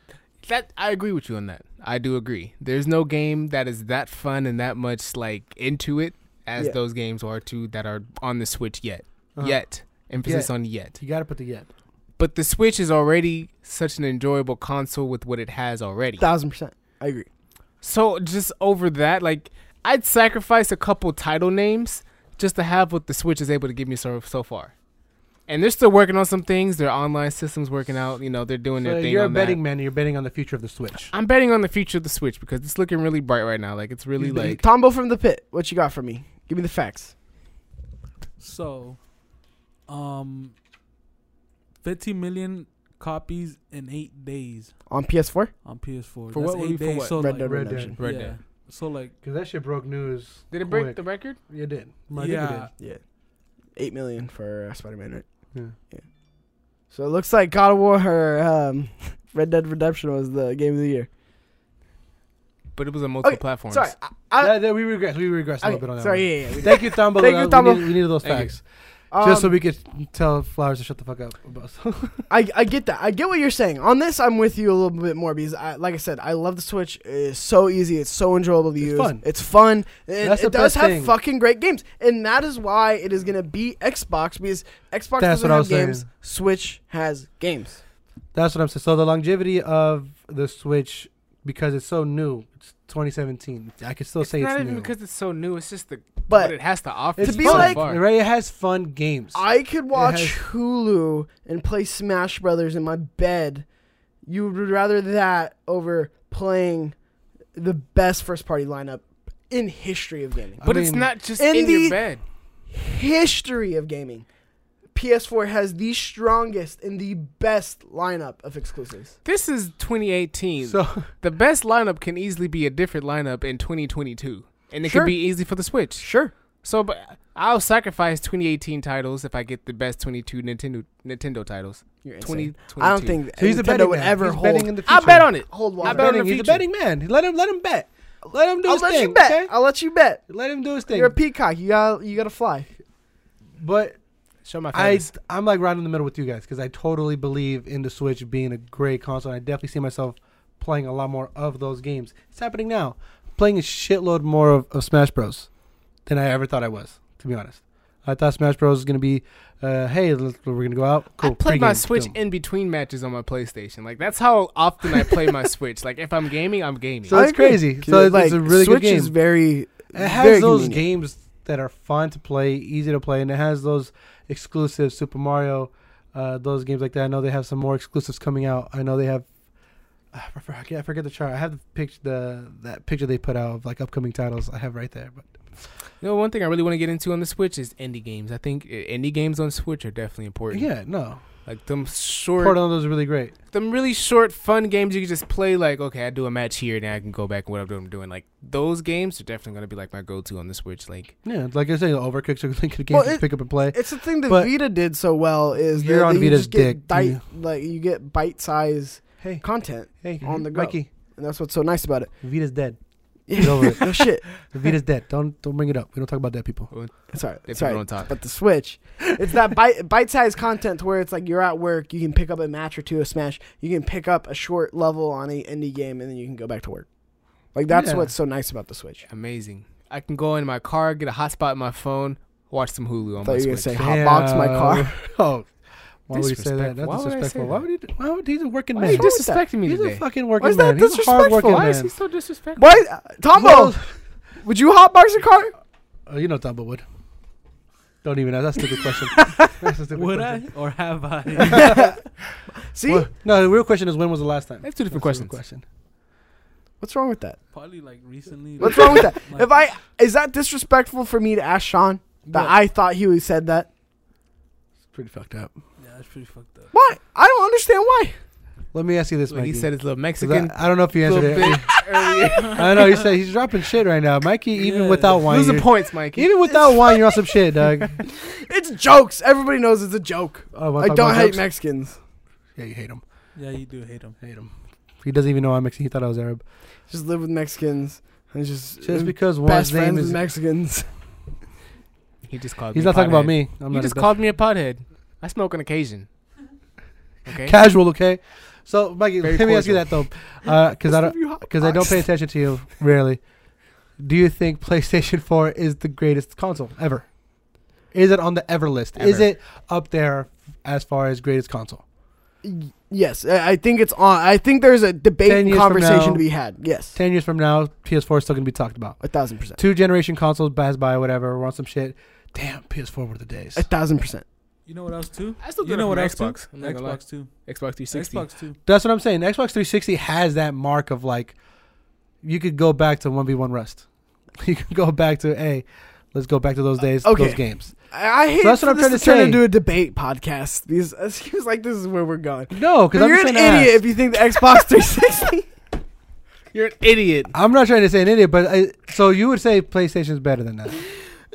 C: that I agree with you on that. I do agree. There's no game that is that fun and that much like into it as
B: Yeah.
C: those games are too that are on the Switch yet.
A: Uh-huh.
C: Yet. Emphasis
A: Yet.
C: on yet.
A: you got to put the yet.
C: But the Switch is already such an enjoyable console with what it has already.
B: Thousand percent, I agree.
C: So just over that, like I'd sacrifice a couple title names just to have what the Switch is able to give me so so far. And they're still working on some things. Their online systems working out. You know, they're doing
A: So
C: their thing.
A: you're a
C: on that.
A: betting man. and You're betting on the future of the Switch.
C: I'm betting on the future of the Switch because it's looking really bright right now. Like it's really
A: You bet-
C: like
B: Tombo from the pit, what you got for me? Give me the facts.
D: So, um, 15 million copies in eight days
B: On PS4?
D: on PS4.
C: For
D: That's
C: what
D: eight
C: movie? For
D: days.
C: what?
D: So
B: Red
D: Oh, like,
B: Dead
A: Red Dead.
B: Redemption.
C: right
D: yeah.
C: there.
D: So like,
A: Because that shit broke news.
C: Did it break
A: quick.
C: the record?
A: It did. I think it
D: yeah,
B: Yeah. Eight million for uh, Spider Man, right?
A: did. Yeah.
B: So it looks like God of War or um, Red Dead Redemption was the game of the year.
C: But it was on multiple platforms.
B: Sorry, I, I,
A: That- that we regress. We regress a little
B: okay,
A: bit on that.
B: sorry,
A: one.
B: yeah, yeah, yeah.
A: Thank you, Thumbo.
B: Thank you,
A: We
B: Thumbo.
A: needed, we needed those
C: Thank you.
A: facts
B: Um,
A: just so we could tell Flowers to shut the fuck up. about stuff.
B: I, I get that. I get what you're saying. On this, I'm with you a little bit more because, I, like I said, I love the Switch. It's so easy. It's so enjoyable to
A: It's
B: use.
A: fun.
B: It's fun. It,
A: That's
B: it
A: the
B: does
A: best
B: have
A: thing.
B: fucking great games, and that is why it is gonna beat Xbox because Xbox
A: That's
B: doesn't
A: what I
B: have
A: was saying.
B: games. Switch has games.
A: That's what I'm saying. So the longevity of the Switch because it's so new. It's 2017. I could still
C: It's
A: say
C: not
A: it's
C: even
A: new.
C: because it's so new. It's just the
B: But
C: what it has to offer.
A: it's
B: to be
A: fun.
B: like-
C: far.
A: right, it has fun games.
B: I could watch
A: has-
B: Hulu and play Smash Brothers in my bed. You would rather that over playing the best first party lineup in history of gaming.
A: I
C: but it's
A: mean,
C: not just
B: in
C: in,
B: the-
C: your bed.
B: history of gaming, PS4 has the strongest and the best lineup of exclusives.
C: This is 2018.
A: So
C: the best lineup can easily be a different lineup in 2022, and it
B: Sure.
C: can be easy for the Switch.
B: Sure.
C: So, but I'll sacrifice 2018 titles if I get the best 22 Nintendo Nintendo titles.
B: You're insane.
C: 20,
B: I don't think
A: So he's a
B: Nintendo
A: betting
B: would
A: man.
B: ever
A: He's
B: hold.
A: betting in the
C: I
A: future.
C: bet on it.
B: hold
C: I
B: water.
C: bet on
A: Betting,
C: the
A: he's a
C: future.
A: betting man. Let him let him bet. Let him do
B: I'll
A: his
B: let
A: thing.
B: you bet.
A: okay?
B: I'll let you bet.
A: Let him do his thing.
B: You're a peacock. You got you got to fly.
A: but
C: Show my
A: I
C: face.
A: I'm like right in the middle with you guys because I totally believe in the Switch being a great console. And I definitely see myself playing a lot more of those games. It's happening now. Playing a shitload more of, of Smash Bros. than I ever thought I was. To be honest, I thought Smash Bros was gonna be, uh, hey, let's, we're gonna go out. Cool.
C: I play my
A: pregame,
C: Switch
A: boom.
C: in between matches on my PlayStation. Like that's how often I play my Switch. Like if I'm gaming, I'm gaming.
A: So
B: I
A: it's
B: agree.
A: crazy. So it's,
B: like,
A: it's a really
B: Switch
A: good game.
B: is very.
A: It has
B: very
A: those
B: convenient.
A: games that are fun to play, easy to play, and it has those exclusive Super Mario, uh, those games like that. I know they have some more exclusives coming out. I know they have. I forget, I can't- I forget the chart. I have the picture, the that picture they put out of like upcoming titles. I have right there, but
C: you know, one thing I really want to get into on the Switch is indie games. I think uh, indie games on Switch are definitely important.
A: yeah, no,
C: Like them short,
A: Portal those is really great.
C: them really short, fun games you can just play. Like okay, I do a match here, now I can go back and what I'm doing. Like those games are definitely gonna be like my go-to on the Switch. Like
A: Yeah, like I say, Overcooked are like a game
B: Well,
A: you
B: it-
A: pick up and play.
B: It's the thing that
A: But-
B: Vita did so well is
A: You're
B: that
A: on
B: that you
A: Vita's
B: just get
A: dick,
B: Bite,
A: yeah.
B: Like you get bite size
A: Hey,
B: content,
A: hey,
B: on the go.
A: Mikey,
B: and that's what's so nice about it.
A: Vita's dead.
B: Get
A: over it.
B: No shit.
A: Vita's dead. Don't don't bring it up. We don't talk about dead people.
B: It's all right.
C: if
B: It's all
C: people
B: right.
C: don't talk.
B: But the Switch, it's that bite, bite-sized content to where it's like you're at work, you can pick up a match or two of Smash, you can pick up a short level on a indie game, and then you can go back to work. Like that's
A: Yeah.
B: what's so nice about the Switch.
C: Amazing. I can go in my car, get a hotspot in my phone, watch some Hulu on
B: thought
C: my
B: you were gonna
C: Switch.
B: say hotbox my
A: Damn.
B: car.
A: Oh, why would you say that?
C: Disrespectful.
A: That's
C: Why would I say
A: disrespectful.
C: that?
A: Why would he? do- Why would he's a working
C: Why are
A: man?
C: you
B: What's wrong
C: disrespecting me
A: He's
C: today?
A: a fucking
B: Why
A: working
B: is
A: man.
B: that
A: He's a hard working
B: disrespectful?
C: Why is
A: man.
C: he so disrespectful?
B: What, Tombo? would you hotbox a car?
A: Oh, you know Dumbo would. Don't even ask. That's a stupid question. That's a stupid
D: would I
A: question.
D: or have I?
B: See,
A: Well, no, the real question is when was the last time?
C: That's two different
A: That's a
C: questions.
A: good question.
B: what's wrong with that?
D: Probably like recently.
B: What's
D: like-
B: wrong with that?
D: like-
B: If I is that disrespectful for me to ask Sean that
A: What?
B: I thought he would said that?
A: It's pretty fucked up.
D: yeah, that's pretty fucked up.
B: Why? I don't understand why.
A: Let me ask you this,
C: When
A: Mikey.
C: he said his little
A: 'Cause
C: Mexican
A: I, I don't know if you answered
C: little
A: it.
C: bit earlier.
A: I know you said he's dropping shit right now, Mikey. Even
D: Yeah.
A: without wine,
C: Losing
A: you're,
C: points, Mikey.
A: even without wine, you're on some shit, dog.
B: It's jokes. Everybody knows it's a joke.
A: Oh, wanna
B: I
A: talk
B: don't
A: about
B: hate
A: jokes?
B: Mexicans.
A: Yeah, you hate him.
D: Yeah, you do hate him.
A: Hate him. He doesn't even know I'm Mexican. He thought I was Arab.
B: Just live with Mexicans and just,
A: Just because
B: best
A: one's
B: friends
A: name
B: with
A: is.
B: Mexicans.
C: He just called.
A: He's
C: me
A: not talking about
C: pothead.
A: me. I'm
C: You
A: not a
C: just
A: best-
C: called me a pothead. I smoke on occasion. Okay.
A: casual, okay? So, Mikey,
C: Very
A: let me ask you that though, because I don't because I don't pay attention to you rarely. Do you think PlayStation Four is the greatest console ever? Is it on the ever list? Is
C: Ever.
A: it up there as far as greatest console?
B: Y- Yes, I I think it's on. I think there's a debate
A: 10
B: and
A: years from
B: conversation
A: now-
B: to be had. Yes,
A: Ten years from now, PS4 is still gonna be talked about.
B: a thousand percent.
A: Two generation consoles pass by, whatever. We're on some shit. Damn, PS4 were the days.
B: A thousand percent.
D: You know what else too?
C: I still do
D: you
C: it
D: know
C: from
D: what else
C: Xbox.
D: too?
C: I'm not gonna lie.
D: Xbox too.
C: Xbox 360.
D: Xbox too.
A: That's what I'm saying. Xbox 360 has that mark of like, you could go back to one v one rest. You could go back to hey, let's go back to those days,
B: okay.
A: those games.
B: I, I hate
A: So that's
B: for
A: what I'm
B: this
A: trying to
B: turn
A: say.
B: into a debate podcast because it seems like this is where we're going.
A: No, because
B: But
A: I'm
B: you're
A: just
B: an
A: trying to
B: idiot
A: ask.
B: if you think the Xbox 360.
C: You're an idiot.
A: ah, I'm not trying to say an idiot, but I, so you would say PlayStation's better than that.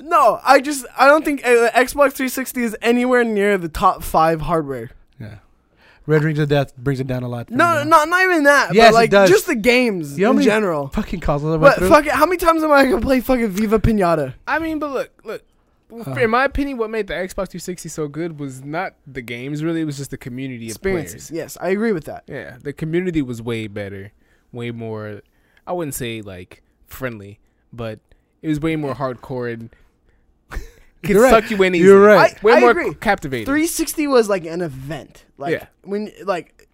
B: no, I just I don't think uh, the Xbox 360 is anywhere near the top five hardware.
A: Yeah. Red Rings of Death brings it down a lot. for
B: No,
A: me now.
B: no, not even that.
A: Yes, it
B: but like
A: does.
B: just the games
A: You know how
B: in
A: many
B: general.
A: Fucking consoles I went
B: But
A: through.
B: fuck it, how many times am I gonna play fucking Viva Pinata?
C: I mean, but look, look.
A: Uh.
C: in my opinion, what made the Xbox 360 so good was not the games. Really, it was just the community of
B: Experiences.
C: players.
B: Yes, I agree with that.
C: Yeah, the community was way better, way more. I wouldn't say like friendly, but it was way more hardcore and could
A: You're right.
C: suck you in.
A: You're
C: easily.
A: right.
C: Way
B: I
C: more
B: agree.
C: captivating.
B: 360 was like an event. Like
C: Yeah.
B: when like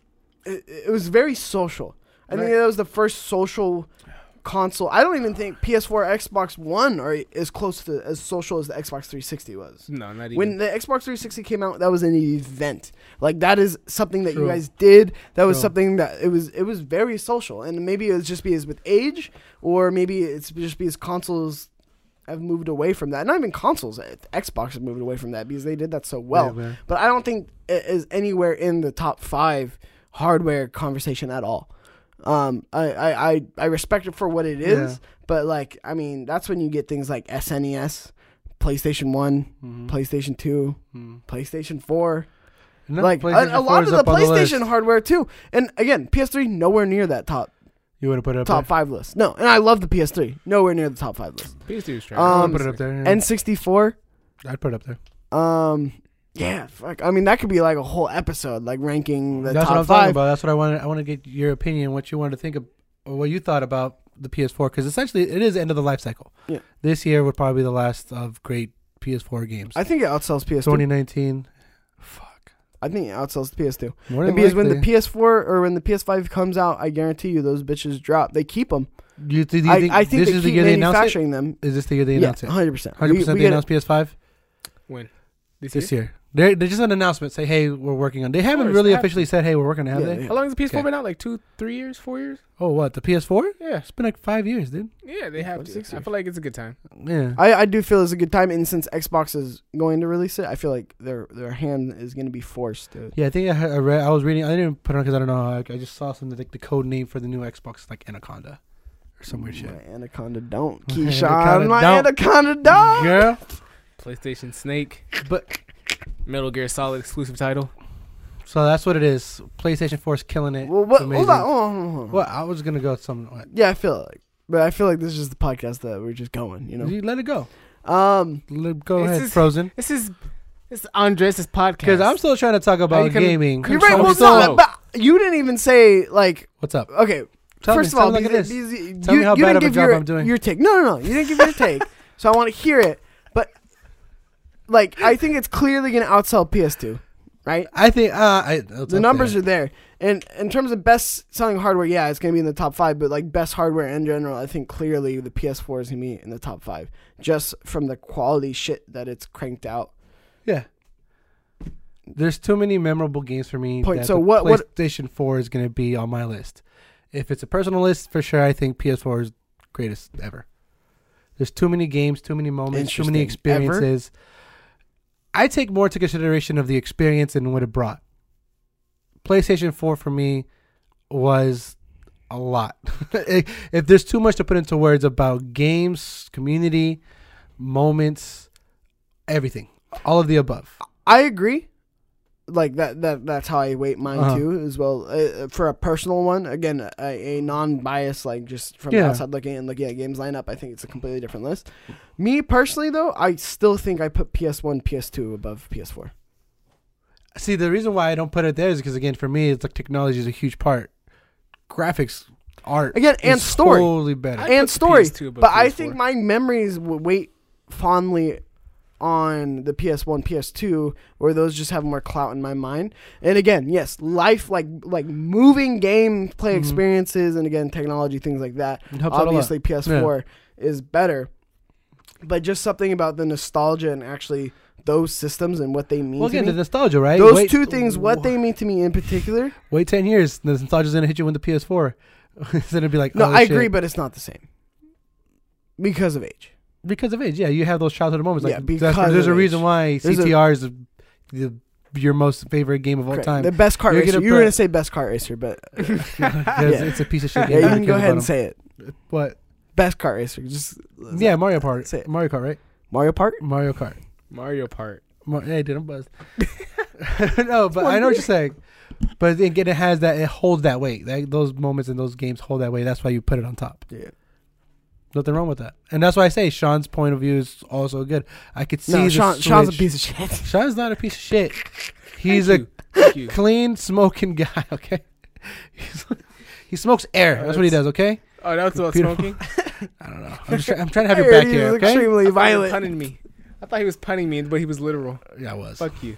B: it, it was very social. I think
C: Right.
B: that was the first social console. I don't even think PS4, Xbox One are as close to as social as the Xbox 360 was.
C: No, not even.
B: When the Xbox 360 came out, that was an event. Like that is something that
A: True.
B: you guys did. That was
A: True.
B: something that it was. It was very social, and maybe it was just because with age, or maybe it's just because consoles have moved away from that. Not even consoles. eh, Xbox has moved away from that because they did that so well.
A: Yeah, man.
B: But I don't think it is anywhere in the top five hardware conversation at all. Um, I, I, I, I respect it for what it is,
A: Yeah.
B: but like, I mean, that's when you get things like SNES, PlayStation One,
A: Mhm.
B: PlayStation Two,
A: Mhm.
B: PlayStation Four.
A: No,
B: like a,
A: PlayStation
B: a
A: 4
B: lot
A: is
B: of the
A: up on
B: PlayStation
A: list.
B: hardware too. And again, PS3 nowhere near that top
A: you would have put it up
B: top five list. No, and I love the PS3. Nowhere near the top five list.
C: PS3 was
A: there.
C: trash.
A: I
B: Um,
A: would put it up there. yeah.
B: N64.
A: I'd put it up there.
B: Um, yeah, fuck. I mean, that could be like a whole episode, like ranking the
A: That's
B: top
A: what I'm talking
B: five.
A: about. That's what I wanted. I want to get your opinion, what you wanted to think of, or what you thought about the PS4, because essentially it is the end of the life cycle.
B: Yeah.
A: This year would probably be the last of great PS4 games.
B: I think it outsells PS2.
A: 2019. Fuck.
B: I think it outsells the PS2.
A: More
B: And
A: than
B: because when the
A: likely.
B: PS4 or when the PS5 comes out, I guarantee you those bitches drop. They keep them.
A: you, do you
B: I,
A: think
B: I think
A: this
B: they
A: is the
B: keep
A: year they announce it?
B: manufacturing them.
A: Is this the year they
B: Yeah,
A: announce it?
B: 100%.
A: Hundred
B: We-
A: percent.
B: we
A: They
B: get-
A: announced PS Five
C: when this,
A: this
C: year?
A: year. They're, they're just an announcement. Say, hey, we're working on. They haven't
C: course,
A: really
C: they have
A: officially said, hey, we're working on. Have
B: Yeah,
A: they?
B: yeah.
C: How long has the PS4
A: Okay.
C: been out? Like two, three years, four years?
A: Oh, what the PS4?
C: Yeah,
A: It's been like five years, dude.
C: yeah, they
B: Yeah,
C: have
B: five,
C: to.
B: six
C: I
B: years.
C: feel like it's a good time.
A: Yeah.
B: I, I do feel it's a good time, and since Xbox is going to release it, I feel like their their hand is going to be forced to.
A: yeah, I think I, had- I read. I was reading. I didn't even put it on because I don't know. How, I, I just saw something like the code name for the new Xbox is like Anaconda or some weird shit.
B: My Anaconda don't,
A: My
B: Keyshawn.
A: Anaconda
B: My
A: don't.
B: Anaconda don't.
A: Yeah,
C: PlayStation Snake,
A: but
C: Metal Gear Solid exclusive title.
A: so that's what it is. PlayStation Four is killing it.
B: Well,
A: It's
B: what, hold
A: amazing.
B: on, hold on, hold on.
A: Well, I was gonna go some. What?
B: Yeah, I feel like, but I feel like this is just the podcast that we're just going, you know.
A: You let it go.
B: Um,
A: Let, go
C: This
A: ahead,
C: is-
A: Frozen.
C: This is this is Andres' podcast.
A: Because I'm still trying to talk
C: you
A: about
C: can
A: gaming.
B: you're right.
C: Control
B: Well, no,
C: yourself.
B: but you didn't even say like
A: What's up?
B: okay.
A: Tell
B: first
A: me, tell
B: of all,
A: me like it
B: because-
A: is.
B: because
A: Tell
B: you,
A: me how
B: you
A: bad
B: didn't
A: of a
B: give
A: job
B: your,
A: I'm doing.
B: Your take? No, no, no. You didn't give your take, so I want to hear it. But like, I think it's clearly going to outsell PS2, right?
A: I think uh, I, it's
B: the
A: up
B: numbers
A: there.
B: are there. And in terms of best selling hardware, yeah, it's going to be in the top five. But like best hardware in general, I think clearly the PS4 is going to be in the top five just from the quality shit that it's cranked out.
A: Yeah. There's too many memorable games for me.
B: Point-
A: that
B: so
A: the
B: what- what-
A: PlayStation 4 is going to be on my list. If it's a personal list, for sure, I think PS4 is greatest ever. There's too many games, too many moments, too many
B: Interesting. Ever?
A: experiences. I take more into consideration of the experience and what it brought. PlayStation 4 for me was a lot. if there's too much to put into words about games, community, moments, everything, all of the above.
B: I agree. like that that that's how I weight mine
A: Uh-huh.
B: too as well uh, for a personal one again a, a non-biased like just from the
A: Yeah.
B: outside looking and looking at games lineup I think it's a completely different list me personally though I still think I put PS1 PS2 above PS4
A: See, the reason why I don't put it there is because again, for me, it's like technology is a huge part. Graphics, art,
B: Again, and
A: is
B: story.
A: totally better.
C: put
B: and
C: the
B: story
C: PS2 above
B: but I
C: PS4.
B: think my memories would wait fondly on the PS1 PS2 or those just have more clout in my mind and again yes life like like moving gameplay play
A: Mhm.
B: experiences and again technology things like that
A: It helps out a lot.
B: obviously PS4 is better, but just something about the nostalgia and actually those systems and what they mean
A: Well,
B: to
A: again,
B: me.
A: the nostalgia, right?
B: those
A: Wait-
B: two things, what they mean to me in particular.
A: wait ten years, the nostalgia's gonna hit you with the PS4. then it'd be like,
B: No,
A: oh,
B: I
A: shit.
B: agree, but it's not the same because of age.
A: because of age. Yeah, you have those childhood moments. Like
B: Yeah,
A: that's-
B: because
A: there's
B: of
A: a reason
B: age.
A: why
B: There's a-
A: CTR is the, your most favorite game of all
B: Correct.
A: time.
B: The best kart
A: You're
B: racer.
A: gonna
B: you were
A: put-
B: gonna say best kart racer, but
A: Because
B: Yeah.
A: It's a piece of shit
B: yeah,
A: game.
B: you
A: Nobody
B: can go
A: cares
B: ahead
A: about
B: and say it.
A: them. But
B: Best kart racer. Just
A: yeah, Mario
B: Say it.
A: Kart, Mario Kart, right?
B: Mario Kart.
A: Mario Kart.
C: Mario Kart.
A: Mar- hey, dude, I'm buzzed. no, but I know what you're saying. But again, it has that. It holds that weight. Like, those moments in those games hold that weight. That's why you put it on top.
B: Yeah.
A: Nothing wrong with that. And that's why I say Sean's point of view is also good. I could see
B: No,
A: the
B: Sean, Sean's a
A: switch.
B: piece of shit.
A: Sean's not a piece of shit. He's a
C: Thank you. Thank you.
A: clean smoking guy. Okay, He's- he smokes air.
C: Oh,
A: That's what he does. Okay,
C: Oh, that's about
A: Beautiful.
C: smoking.
A: I don't know. I'm just try- I'm trying to have your back
B: He
A: here.
B: was
A: Okay,
B: Extremely
C: I thought he was
B: violent.
C: punning me. I thought he was punning me, but he was literal.
A: yeah, I was.
C: Fuck you.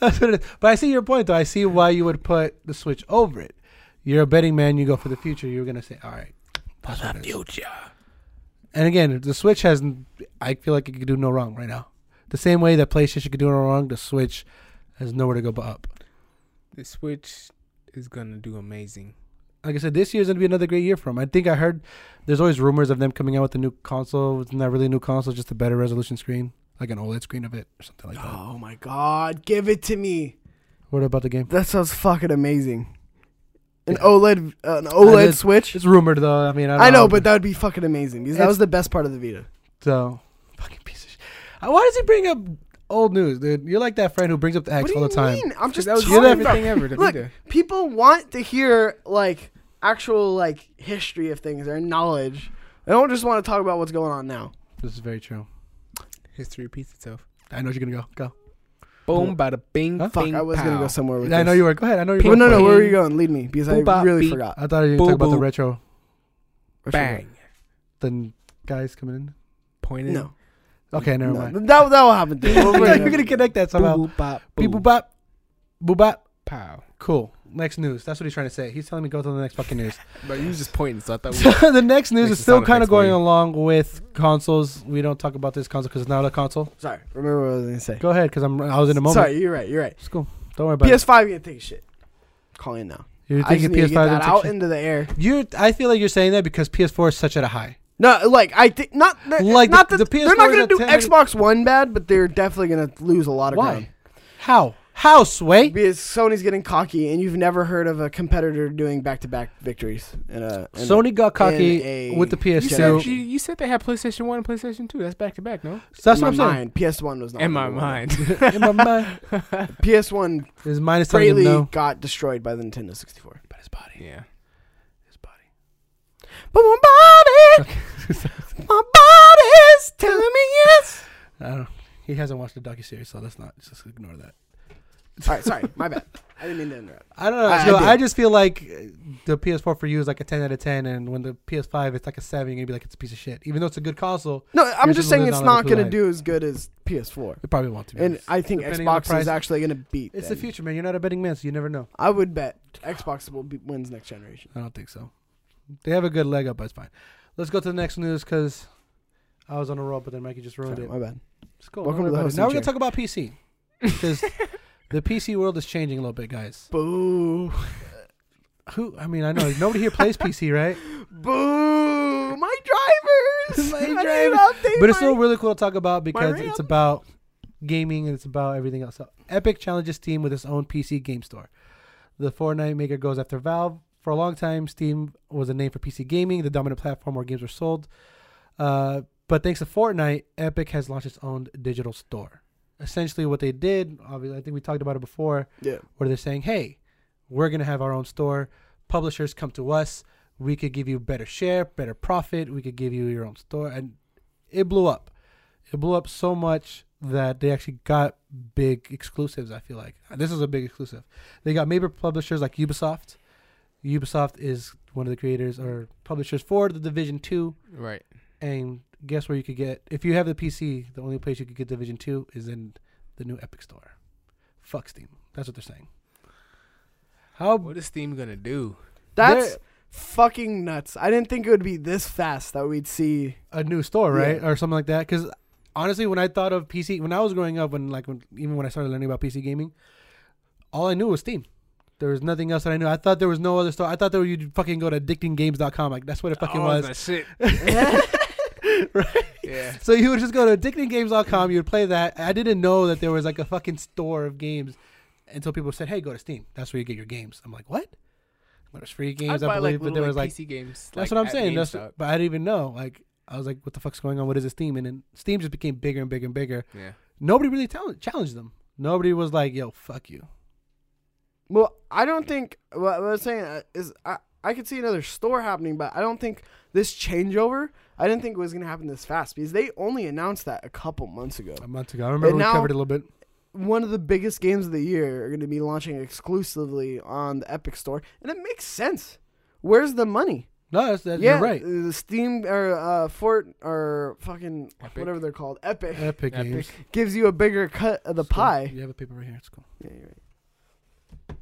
A: That's what it is. But I see your point, though. I see why you would put the switch over it. You're a betting man. You go for the future. You're gonna say, all right, that's what it is." And again, the switch has. I feel like it could do no wrong right now. The same way that PlayStation could do no wrong, the switch has nowhere to go but up.
C: The Switch is gonna do amazing.
A: like I said, this year's gonna be another great year for them. I think I heard there's always rumors of them coming out with a new console. It's not really a new console, just a better resolution screen, like an OLED screen of it or something like that.
B: Oh my god! Give it to me.
A: What about the game?
B: That sounds fucking amazing. An
A: Yeah.
B: OLED, uh, an OLED
A: did-
B: switch.
A: It's rumored though. I mean, I, don't
B: I know, but that would be fucking amazing because that was the best part of the Vita.
A: so fucking piece of shit. Uh, Why does he bring up old news, dude? You're like that friend who brings up the
B: what
A: X
B: do
A: all the
B: you
A: time.
B: mean? I'm just
C: that was
B: talking
A: the
B: about.
C: everything ever. The
B: Look,
C: Vita.
B: People want to hear like actual like history of things or knowledge. They don't just want to talk about what's going on now.
A: This is very true.
C: History repeats itself.
A: I know what you're gonna go.
C: Boom, bada bing,
A: Huh?
B: Fuck,
C: bing,
B: I was gonna
C: pow.
B: go somewhere
A: Go.
B: with
A: I
B: this.
A: know you were. Go ahead. I know you
B: But
A: were.
B: no, no,
C: Boom.
B: where were you going? Lead me because I
C: Boom, bop,
B: really
C: beep.
B: forgot.
A: I thought you were gonna talk about the
C: Boo-boo.
A: retro. retro
C: Bang.
A: Then guys coming in.
C: Pointed.
B: No,
A: Okay, never
B: no,
A: mind.
B: that that will happen. dude. We'll
A: I
B: bring
A: thought you
B: it up.
A: were gonna connect that
C: Boom,
A: somehow.
C: boop, bop,
A: Beep
C: boom,
A: boop bop, boop bop.
C: pow.
A: Cool. Next news. That's what he's trying to say. He's telling me go to the next fucking news.
C: But you was just pointing, so I thought. We,
A: the next news
C: Make
A: is
C: some
A: still
C: sound
A: kind of
C: effects for
A: going
C: you.
A: along with consoles. We don't talk about this console because it's not a console.
B: Sorry, remember what I was gonna say.
A: Go ahead, because I'm I was in a moment.
B: Sorry, you're right. You're right.
A: It's cool. Don't worry about it.
B: PS5 gonna take a shit. Call in now.
A: You're
B: I just
A: thinking
B: need to get
A: PS5
B: that out
A: and
B: into the air.
A: you. I feel like you're saying that because PS4 is such at a high.
B: No, like I think not. Th-
A: Like,
B: not
A: the-
B: that
A: the
B: they're
A: PS4
B: not gonna
A: is
B: do
A: a 10.
B: Xbox One bad, but they're definitely gonna lose a lot of
A: Why?
B: ground
A: How? How sway?
B: because Sony's getting cocky, and you've never heard of a competitor doing back-to-back victories. In a, in a-
A: Sony got cocky
B: in a
A: with the
C: you, said, you,
A: PS2.
C: you said they had PlayStation One and PlayStation Two. That's back to back, no?
A: So that's
B: in
A: what I'm
B: my
A: saying.
B: mind, PS1 was not.
C: In my
B: number one.
C: mind.
A: in my mind,
B: PS1
A: his mind is telling him
B: greatly
A: no.
B: got destroyed by the Nintendo 64.
A: But his body,
C: yeah.
A: his body.
B: But my body, my body's telling me yes.
A: I don't. know. He hasn't watched the docu series, so let's not just ignore that.
B: All right, sorry, my bad. I didn't mean to interrupt.
A: I don't know.
B: I-
A: I,
B: I
A: so
B: did.
A: I, just feel like uh, the PS4 for you is like a 10 out of 10, and when the PS5 it's like a 7, you're going to be like, it's a piece of shit. Even though it's a good console,
B: No, I'm
A: You're
B: just
A: gonna
B: saying
A: live
B: it's
A: down on the
B: not gonna
A: blue
B: do as good as PS4.
A: it probably won't. To be
B: And
A: honest.
B: I think
A: Depending on the
B: Xbox
A: price.
B: is actually going to beat.
A: it's the
B: them.
A: future, man. You're not a betting man, so you never know.
B: I would bet Xbox will be, wins next generation.
A: I don't think so. They have a good leg up, but it's fine. Let's go to the next news because I was on a roll, but then Mikey just ruined
B: Sorry,
A: it.
B: my bad.
A: It's cool. Don't
B: welcome to the
A: worry about it.
B: hosting
A: Now we're going
B: chair.
A: to talk about PC because the PC world is changing a little bit, guys.
B: Boo,
A: Who? I mean, I know nobody here plays PC, right?
B: boo! My drivers.
A: My
B: I need to
A: drivers.
B: update
A: But it's
B: my-
A: still really cool to talk about because
B: RAM.
A: it's about gaming and it's about everything else. So Epic challenges Steam with its own PC game store. The Fortnite maker goes after Valve. For a long time, Steam was a name for PC gaming, the dominant platform where games were sold. Uh, but thanks to Fortnite, Epic has launched its own digital store. essentially what they did, obviously, I think we talked about it before,
B: Yeah.
A: where they're saying, hey, we're going to have our own store. Publishers come to us. We could give you better share, better profit. We could give you your own store. And it blew up. It blew up so much that they actually got big exclusives, I feel like. This is a big exclusive. They got major publishers like Ubisoft. Ubisoft is one of the creators or publishers for the Division 2.
C: Right.
A: And guess where you could get if you have the PC, the only place you could get Division Two is in the new Epic Store. Fuck Steam. That's what they're saying. How
C: What is Steam gonna do?
B: That's
A: There-
B: fucking nuts. I didn't think it would be this fast that we'd see.
A: a new store, right,
B: Yeah.
A: or something like that? Because honestly, when I thought of PC, when I was growing up, when like when, even when I started learning about PC gaming, all I knew was Steam. There was nothing else that I knew. I thought there was no other store. I thought there you'd fucking go to addictinggames.com. Like that's what it fucking
C: Oh,
A: was.
C: that shit. Yeah.
A: So you would just go to addictinggames.com, you would play that. I didn't know that there was like a fucking store of games until people said, "Hey, go to Steam. That's where you get your games." I'm like, "What?" There's free games, I believe, but there was like
C: PC games.
A: that's what I'm saying. That's, but I didn't even know. Like I was like, "What the fuck's going on? What is this Steam?" And then Steam just became bigger and bigger and bigger.
C: yeah.
A: Nobody really tell- challenged them. Nobody was like, "Yo, fuck you."
B: Well, I don't think what I was saying uh, is I, I could see another store happening, but I don't think this changeover. I didn't think it was gonna happen this fast because they only announced that a couple months ago.
A: A month ago, I remember
B: And
A: we
B: now-
A: covered it a little bit.
B: One of the biggest games of the year are gonna be launching exclusively on the Epic Store, and it makes sense. Where's the money?
A: No, that's, that's,
B: yeah,
A: you're right.
B: uh, The Steam or uh, Fort or fucking
C: Epic.
B: whatever they're called, Epic
A: Epic,
C: Epic.
A: Games.
B: gives you a bigger cut of the
A: So,
B: pie.
A: you have a paper right here. It's cool.
B: Yeah, you're right.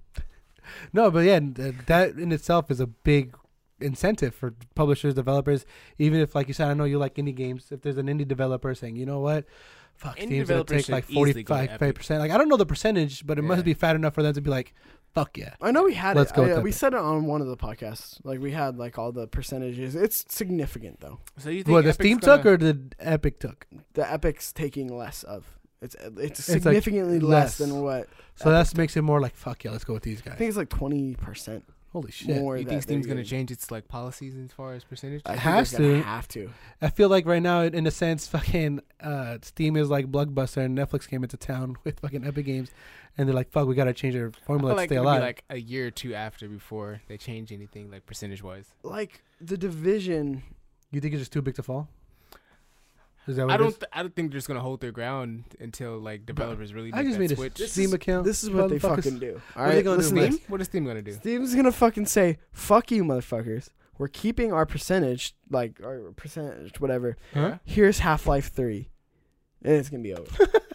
A: No, but yeah, th- that in itself is a big incentive for publishers, developers. Even if, like you said, I know you like indie games. If there's an indie developer saying, you know what, fuck,
C: Indie
A: Steam's gonna
C: developers
A: take like
C: should easily go to
A: 45
C: Epic.
A: percent. Like I don't know the percentage, but it
C: Yeah.
A: must be fat enough for them to be like, fuck yeah.
B: I know we had
A: Let's
B: it.
A: go
B: I-
A: with
B: uh, we
A: Epic.
B: said it on one of the podcasts. Like we had like all the percentages. It's significant though.
C: So you think
A: Well, the
C: Epic's
A: Steam
C: gonna-
A: took or the Epic took.
B: The Epic's taking less of. It's it's
A: like
B: significantly
A: less.
B: less, than what
A: So that makes it more like fuck yeah, let's go with these
B: I
A: guys.
B: think it's like twenty percent
A: Holy shit!
B: more.
C: You
B: that they're
C: think Steam's gonna
B: getting.
C: change its like policies as far as percentage?
A: It
B: I think
A: has
B: they're gonna
A: to.
B: have to.
A: I feel like right now, in a sense, fucking uh, Steam is like Blockbuster, and Netflix came into town with fucking Epic Games, and they're like, fuck, we gotta change our
C: I feel
A: formula to
C: like
A: stay
C: it'll be
A: alive.
C: like a year or two after before they change anything like percentage wise.
B: Like the division.
A: You think it's just too big to fall? Is that what
C: I
A: it
C: don't.
A: is?
C: Th- I don't think they're just gonna hold their ground until like developers really. Make
A: I just
C: that
A: made a
C: switch.
A: Steam account.
B: This is what they
A: Motherfuckers.
B: fucking do. All
A: are they
B: right,
A: gonna do
B: listen to
A: next?
B: this.
C: Steam? What is Steam gonna do?
B: Steam's gonna fucking say, "Fuck you, motherfuckers. We're keeping our percentage, like our percentage, whatever.
C: Huh?
B: Here's Half Life Three, and it's gonna be over.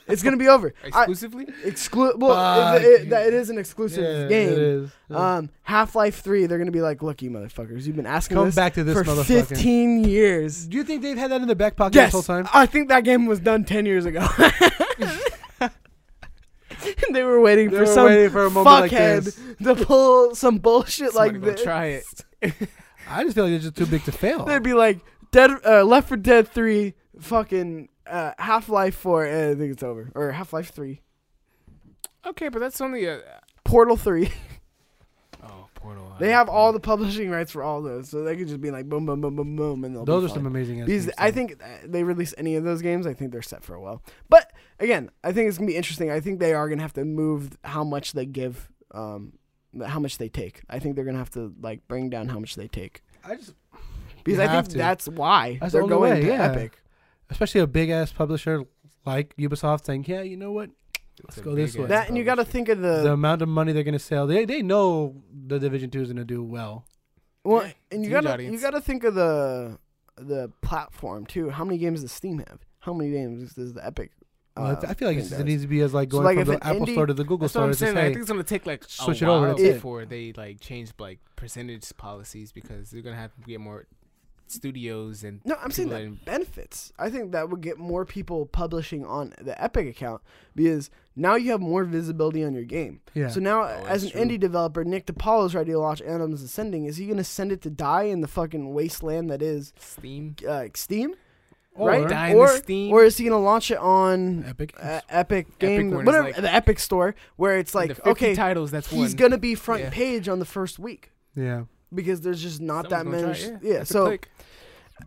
B: it's gonna be over. I-
C: Exclusively?
B: Exclu- well,
A: Fuck
B: it, it,
A: you.
B: that- it is an exclusive
A: It
B: game.
A: is.
B: Um, Half Life Three, they're gonna be like, "Look, you motherfuckers, you've been asking
A: Come
B: this
A: back to this
B: for
A: motherfucker.
B: 15 years."
A: Do you think they've had that in their back pocket
B: Yes,
A: this whole time?
B: I think that game was done 10 years ago. they were waiting
A: They
B: for
A: were
B: some
A: waiting for a moment like
B: fuckhead
A: this.
B: to pull some bullshit
C: Somebody
B: like
C: gonna
B: this.
C: try it.
A: I just feel like it's just too big to fail.
B: They'd be like, "Dead, uh, Left for Dead Three, fucking uh, Half Life Four, and I think it's over, or Half Life Three,
C: Okay, but that's only a.
B: Portal Three.
C: Oh, Portal.
B: They have all the publishing rights for all those, so they could just be like boom, boom, boom, boom, boom, and they'll
A: Those
B: be
A: are
B: fine.
A: some amazing.
B: Because I think uh, they release any of those games, I think they're set for a while. But again, I think it's gonna be interesting. I think they are gonna have to move how much they give, um, how much they take. I think they're gonna have to like bring down how much they take
A: I just,
B: because
A: You
B: I think
A: have to.
B: that's why
A: That's the
B: they're
A: only
B: going
A: way,
B: to
A: yeah.
B: Epic.
A: especially a big ass publisher like Ubisoft, saying, "Yeah, you know what? Let's go this way."
B: That and you got to think of
A: The,
B: the
A: amount of money they're gonna sell, they they know the Division Two is gonna do well.
B: well,
C: Yeah,
B: and you
C: huge
B: gotta you
C: audience.
B: gotta think of the the platform too. How many games does Steam have? How many games does the Epic?
A: Well,
B: uh,
A: I feel like
B: thing
A: it's,
B: does?
A: it needs to be as like
B: So,
A: going
B: like, if
A: from
B: an
A: the Apple
B: indie-
A: Store to the Google
C: That's
A: Store.
C: what I'm
A: It's just,
C: saying. I
A: hey,
C: think it's gonna take like a
A: switch it
C: while
A: over, that's it.
C: before they like change like percentage policies because they're gonna have to get more studios and
B: No, I'm saying
C: people
B: that
C: in-
B: benefits. I think that would get more people publishing on the Epic account because now you have more visibility on your game.
A: yeah.
B: So now,
C: Oh,
B: as an
C: that's true.
B: indie developer, Nick DiPaolo's ready to launch Adam's Ascending. Is he going to send it to die in the fucking wasteland that is
C: Steam.
B: uh, Steam?
A: Or
B: right?
C: Die in the
B: or,
C: Steam.
B: or is he going to launch it on
A: Epic.
B: uh, Epic Game,
C: one is
B: whatever
C: like-
B: the Epic Store, where it's
C: the
B: like,
C: 50
B: okay,
C: titles. That's
B: he's
C: one.
B: going to be front
C: Yeah.
B: page on the first week
A: yeah.
B: because there's just not
C: Someone's
B: that
C: gonna
B: many.
C: try it,
B: yeah,
C: That's a
B: so
C: click. That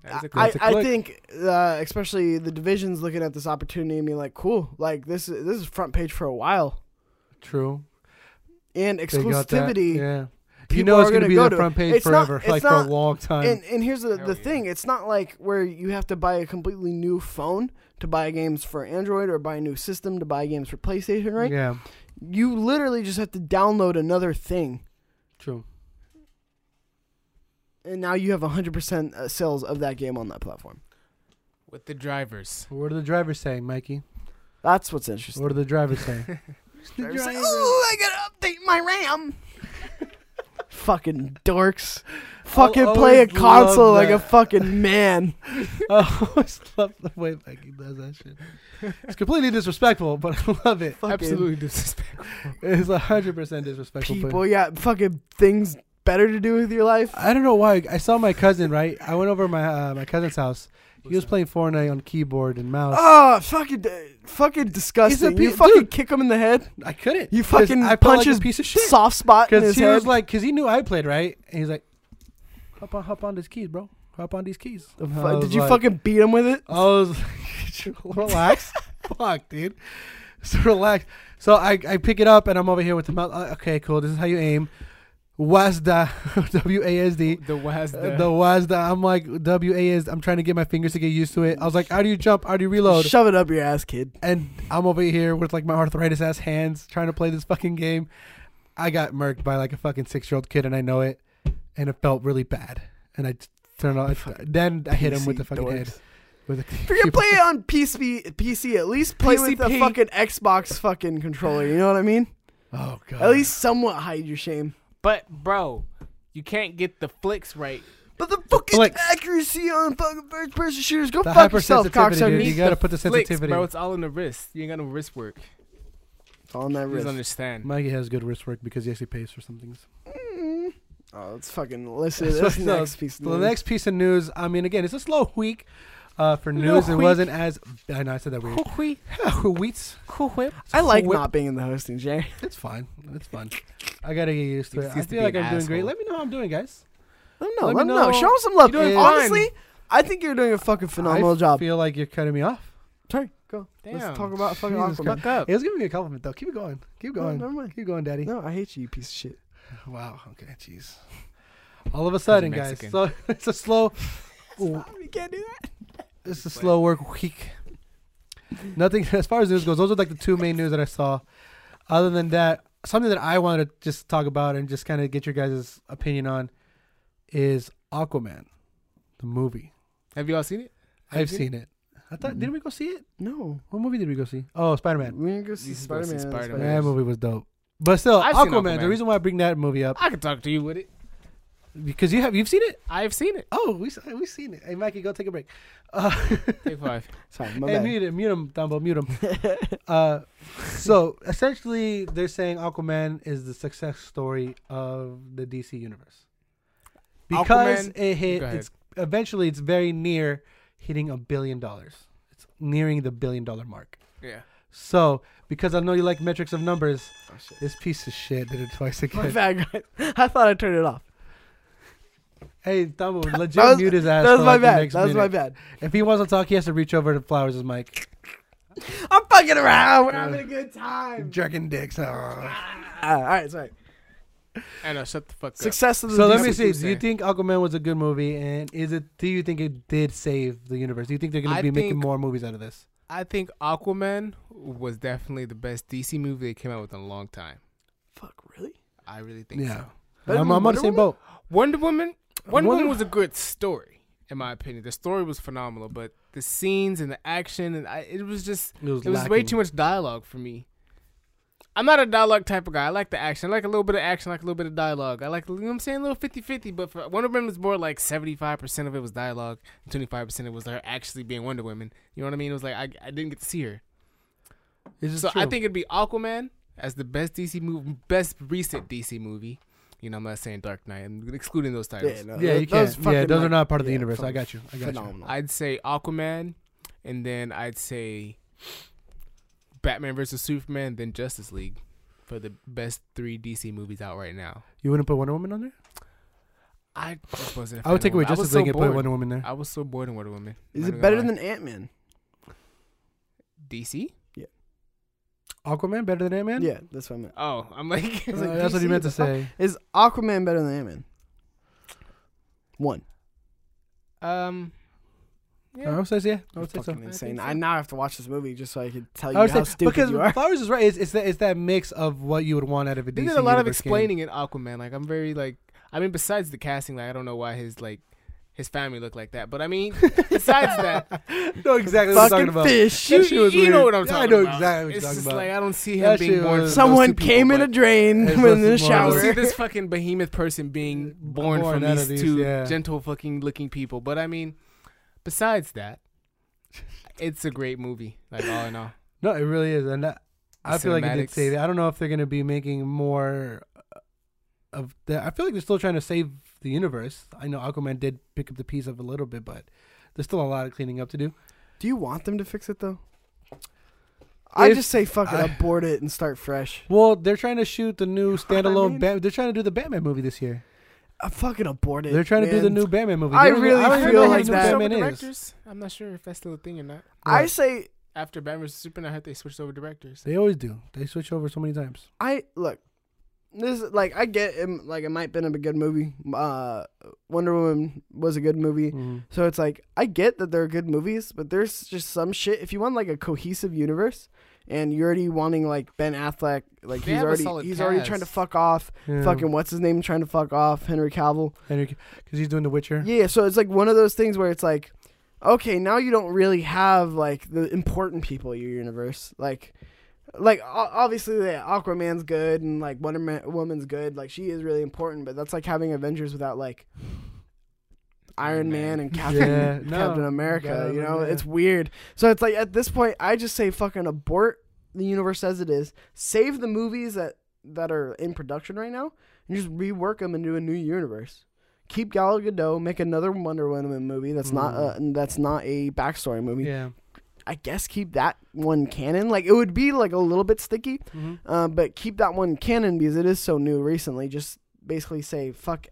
C: is a
B: I,
C: click.
B: I think, uh, especially the divisions looking at this opportunity and being like, cool, like this is, this is front page for a while.
A: True.
B: And
A: They got that.
B: exclusivity.
A: Yeah. You
B: people
A: know it's
B: are
A: going to
B: gonna
A: be
B: go
A: the
B: to.
A: front page
B: It's not-
A: forever,
B: it's
A: like for
B: not-
A: a long time.
B: And and here's the,
C: Hell
B: the
C: yeah.
B: thing: it's not like where you have to buy a completely new phone to buy games for Android or buy a new system to buy games for PlayStation. Right?
A: Yeah.
B: You literally just have to download another thing,
A: True.
B: and now you have 100% uh, sales of that game on that platform.
C: with the drivers.
A: What are the drivers saying, Mikey?
B: That's what's interesting.
A: What are the drivers saying?
B: It's like, "Ooh, I gotta update my RAM. fucking dorks. Fucking play a
A: always love
B: console like a
A: that.
B: fucking man.
A: Oh, I always love the way Mikey does that shit. It's completely disrespectful, but I love it.
B: Fucking
C: Absolutely disrespectful.
A: It's hundred percent disrespectful. but-
B: People, you got fucking things better to do with your life.
A: I don't know why. I saw my cousin. Right, I went over to my uh, my cousin's house. He was playing Fortnite on keyboard and mouse.
B: Oh, fucking, fucking disgusting!
A: pe-
B: you fucking
A: dude.
B: kick him in the head,
A: Oh, I couldn't.
B: You
A: 'cause
B: fucking
A: I felt
B: punch
A: like
B: his
A: a piece of shit.
B: soft spot in
A: Because
B: his
A: he
B: head.
A: was like, because he knew I played right, and he's like, hop on, hop on these keys, bro. Hop on these keys. And I
B: Fu-
A: was
B: Did you
A: like-
B: fucking beat him with it?
A: I was like, relax. Fuck, dude. So relax. So I, I pick it up and I'm over here with the mouse. Uh, Okay, cool. This is how you aim. WASD, W A S D.
C: The
A: Uh, The
C: WASD.
A: WASD. I'm like W A S. I'm trying to get my fingers to get used to it. I was like, how do you jump? How do you reload?
B: Shove it up your ass, kid.
A: And I'm over here with like my arthritis ass hands trying to play this fucking game. I got murked by like a fucking six year old kid and I know it. And it felt really bad. And I t- turned on. Then I hit him with the fucking head. With the
B: If you're gonna play it on PC, PC at least play with a
C: PCP.
B: fucking Xbox fucking controller. You know what I mean?
A: Oh, God.
B: At least somewhat hide your shame.
C: But bro, you can't get the flicks right.
B: But the fucking
A: flicks.
B: accuracy on fucking first person shooters, go
A: The
B: fuck yourself,
A: hypersensitivity, dude.
B: cocksucker.
A: You
C: Need
A: gotta put the
C: flicks,
A: sensitivity.
C: bro. It's all in the wrist. You ain't got no wrist work.
B: It's on that
C: You just
B: wrist.
C: understand.
A: Maggie has good wrist work because he actually pays for some things.
B: Mm. Oh, let's fucking listen.
A: That's
B: That's
A: what- no,
B: next piece. of
A: The
B: news.
A: next piece of news, I mean, again, it's a slow week uh, for
C: Little
A: news. It
C: week.
A: wasn't as. I know, I said that weird. Wheats.
C: Cool whip.
B: I like
A: Whip.
B: not being in the hosting, Jay.
A: It's fine. It's fun. I gotta get used to
C: He
A: it. I
C: ceased to
A: feel
C: be
A: like I'm
C: an
A: doing great.
C: asshole.
A: Let me know how I'm doing, guys.
B: Let him know.
A: Let
B: Let,
A: me
B: him know.
A: know.
B: Show him some love.
A: You're doing
B: Honestly, I think you're doing a fucking
A: I
B: phenomenal job.
A: feel like you're cutting me off.
B: Sorry, go.
C: Damn.
B: Let's talk about fucking
A: Jesus
B: Aquaman.
C: Fuck up.
A: It was giving me a compliment, though. Keep it going. Keep
B: No,
A: going.
B: never mind.
A: Keep going, daddy.
B: No, I hate you, you piece of shit.
A: Wow. Okay, jeez. All of a sudden, guys.
C: Mexican.
A: So it's a slow.
B: You can't do that.
A: It's a slow work week. Nothing as far as news goes. Those are like the two main news that I saw. Other than that, something that I wanted to just talk about and just kind of get your guys' opinion on is Aquaman, the movie.
C: Have you all seen it? Mm-hmm. Have
A: I've
C: you?
A: seen it. I thought, did we go see it?
B: No.
A: What movie did we go see? Oh, Spider Man.
B: We're gonna go see
C: This is
B: Spider
C: gonna see
B: Man.
C: Spider-Man.
A: That movie was dope. But still,
C: I've seen
A: Aquaman, The
C: Aquaman.
A: reason why I bring that movie up
C: I can talk to you with it.
A: because you have you've seen it.
C: I've seen it.
A: Oh, we s- we seen it. Hey, Mikey, go take a break. Uh,
C: Take five.
B: Sorry, my
A: Hey,
B: bad.
A: mute him, mute him, Dumbo, mute him. uh, so essentially, they're saying Aquaman is the success story of the DC universe because
C: Aquaman-
A: it hit.
C: Go ahead.
A: It's eventually it's very near hitting a billion dollars. It's nearing the billion dollar mark.
C: Yeah.
A: So because I know you like metrics of numbers,
C: Oh shit.
A: this piece of shit did it twice
B: My
A: again.
B: bad, guys. I thought I turned it off.
A: Hey, Dumbo, legit
B: That was-
A: mute his ass.
B: That was
A: for
B: my
A: like the
B: bad.
A: next
B: That was my
A: minute.
B: bad.
A: If he wants to talk, he has to reach over to Flowers' mic.
B: I'm fucking around. We're having a good time.
A: Jerking
B: Oh.
A: dicks. ah.
B: Ah, all right, sorry.
C: I know. Shut the fuck up.
B: Success of the
A: So let
B: DC
A: me see.
C: Tuesday.
A: Do you think Aquaman was a good movie, and is it? Do you think it did save the universe? Do you think they're going to
C: I
A: be making
C: think-
A: more movies out of this?
C: I think Aquaman was definitely the best DC movie that came out with in a long time.
B: Fuck, really?
C: I really think
A: Yeah.
C: so.
A: I'm,
B: Better than
A: I'm on
B: Wonder
A: the same
B: Woman?
A: boat.
C: Wonder Woman. Wonder
A: Wonder-
C: Woman was a good story, in my opinion. The story was phenomenal, but the scenes and the action and I, it was just
A: It was,
C: it was way
A: lacking.
C: too much dialogue for me. I'm not a dialogue type of guy. I like the action. I like a little bit of action. I like a little bit of dialogue. I like, you know what I'm saying, a little 50 50. But for Wonder Woman was more like 75% of it was dialogue, 25% it was her actually being Wonder Woman. You know what I mean? It was like, I, I didn't get to see her.
A: It's just
C: So I
A: true.
C: think it'd be Aquaman as the best DC movie, best recent DC movie. You know, I'm not saying Dark Knight. I'm excluding those titles.
B: no,
A: Yeah,
B: th-
A: you can't. Yeah,
B: fucking,
A: those are
B: like,
A: not part of the
B: yeah,
A: universe. I
B: fucking
A: got you. I got
B: phenomenal.
C: I'd say Aquaman, and then I'd say Batman versus Superman, then Justice League for the best three DC movies out right now.
A: you. You wouldn't put Wonder Woman on there?
C: I just wasn't. a
A: I would
C: fan
A: take
C: of
A: away
C: Wonder- I was
A: Justice League
C: so
A: and put
C: bored.
A: Wonder Woman there.
C: I was so bored in Wonder Woman.
B: Is
C: I'm not
B: it
C: gonna
B: better
C: lie.
B: than Ant Man?
C: DC?
A: Aquaman better than Ant Man.
B: Yeah, that's what I meant.
C: Oh, I'm like,
B: was like,
A: that's what
B: DC,
A: you meant to
B: the fuck?
A: say.
B: Is Aquaman better than Ant Man? One.
C: um, yeah.
A: Uh, I would say yeah. I
B: You're
A: would say so.
B: fucking
C: I
B: insane.
C: think
B: I, now have to watch this movie just so I could tell you
A: I would
B: how
A: say
B: stupid
A: because
B: you are.
A: Flowers is right. It's, it's that it's that mix of what you would want out of a
C: they
A: DC.
C: did a lot of
A: universe game.
C: explaining in Aquaman. Like I'm very like I mean besides the casting, like I don't know why his like his family looked like that. But I mean besides that,
A: No, exactly what I'm talking
B: Fucking
A: about.
B: fish.
C: you,
A: shit was
C: you
A: weird.
C: know what I'm
A: Yeah, I
C: talking
A: know
C: about.
A: exactly what you're
C: it's
A: talking
C: just
A: about.
C: like I don't see him
A: That
C: being
A: shit
C: born.
A: was-
B: Someone
C: people,
B: came in a
C: but-
B: drain
A: It's
B: when in the
A: just more
C: I
A: of
C: don't
A: a-
B: shower.
C: see this fucking behemoth person being born,
A: Born
C: from
A: out
C: these,
A: of these,
C: two
A: yeah.
C: gentle fucking looking people. But I mean, besides that, it's a great movie. Like all in all,
A: No, it really is, and I, I feel like I did
C: cinematics.
A: say that. I don't know if they're going to be making more uh, of that. I feel like they're still trying to save the universe. I know Aquaman did pick up the piece of a little bit, but there's still a lot of cleaning up to do.
B: Do you want them to fix it though? I
A: If-
B: just say fuck it,
A: I-
B: abort it, and start fresh.
A: Well, they're trying to shoot the new
B: what I
A: standalone.
B: mean?
A: Bat- they're trying to do the Batman movie this year.
B: I fucking abort Uh, it.
A: They're trying to do the
B: man.
A: new Batman movie.
B: I
A: They don't even-
B: really
A: I don't even
B: feel
A: know who
B: like
A: the new
B: that-
A: Batman is.
C: directors. I'm not sure if that's still a thing or not.
B: I
A: Yeah.
B: say
C: After Batman vs Superman, I heard they switched over directors.
A: They always do. They switch over so many times.
B: I look. This like I get it, like it might been a good movie. Uh, Wonder Woman was a good movie.
A: Mhm.
B: So it's like I get that they're good movies, but there's just some shit. If you want like a cohesive universe, and you're already wanting like Ben Affleck, like
C: They
B: he's
C: have a
B: already
C: solid
B: he's already
C: cast.
B: trying to fuck off.
A: Yeah.
B: Fucking what's his name trying to fuck off Henry Cavill.
A: because he's doing The Witcher.
B: Yeah, so it's like one of those things where it's like, okay, now you don't really have like the important people in your universe. Like, like o- obviously the Aquaman's good and like Wonder Ma- Woman's good. Like she is really important, but that's like having Avengers without like Iron
C: Iron
B: Man
C: Man.
B: and Captain
A: Yeah, no,
B: Captain
A: you
B: America.
A: gotta
B: You know,
A: remember, yeah.
B: it's weird. So it's like at this point, I just say fucking abort the universe as it is. Save the movies that that are in production right now and just rework them into a new universe. Keep Gal Gadot, make another Wonder Woman movie that's not a, that's not a backstory movie.
A: Mm. Yeah.
B: I guess keep that one canon. Like it would be like a little bit sticky,
A: Mhm.
B: uh, but keep that one canon because it is so new recently. Just basically say fuck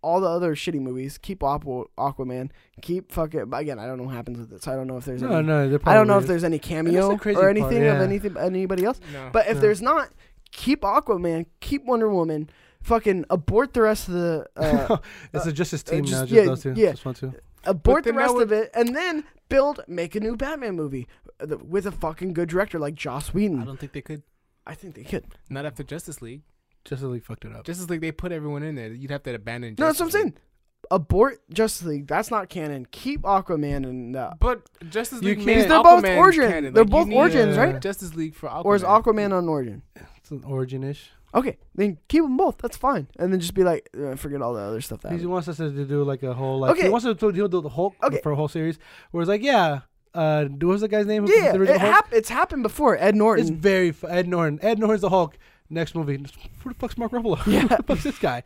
B: all the other shitty movies. Keep Aqua- Aquaman. Keep fuck it. But again, I don't know what happens with it, so I don't know if there's.
A: No,
B: any,
A: no. they're
B: I don't know
A: probably-
B: if there's any
A: the
B: cameo
A: crazy
B: or
A: part,
B: anything
A: yeah.
B: of anything anybody else.
C: No,
B: But if
A: Yeah.
B: there's not, keep Aquaman, keep Wonder Woman, fucking abort the rest of the uh,
A: it's a Justice
B: uh,
A: team now.
B: just-
A: Just
B: yeah,
A: those two.
B: yeah.
A: Just one two.
B: abort the
C: then that
B: rest
C: would-
B: of it, and then build make a new Batman movie uh, th- with a fucking good director like Joss
C: I
B: Whedon.
C: don't think they could.
B: I, think they could.
C: Not after Justice League.
A: Justice League fucked it up.
C: Justice League, they put everyone in there. You'd have to abandon.
B: No, that's what I'm
C: Justice League.
B: saying. Abort Justice League. That's not canon. Keep Aquaman and uh,
C: But Justice
A: You
C: League,
A: can't-
C: made
B: They're both
C: Aquaman
B: origin.
C: canon.
B: They're
C: you
B: both
C: need
A: origins,
C: a
A: right?
C: Justice League for Aquaman.
B: or is Aquaman on Origin?
A: It's an origin ish.
B: Okay, then keep them both. That's fine. And then just be like, uh, forget all the other stuff. That
A: He
B: happened.
A: wants us to do like a whole like
B: Okay.
A: he wants us to do the Hulk
B: Okay.
A: for a whole series. Where it's like, yeah, uh, what was the guy's name? who did
B: yeah,
A: the original
B: it
A: Hulk?
B: hap- it's happened before. Ed
A: It's
B: Norton.
A: very f- Ed Norton. Ed Norton's the Hulk. Next movie. Who the fuck's Mark Ruffalo?
B: Yeah.
A: Who the fuck's this guy?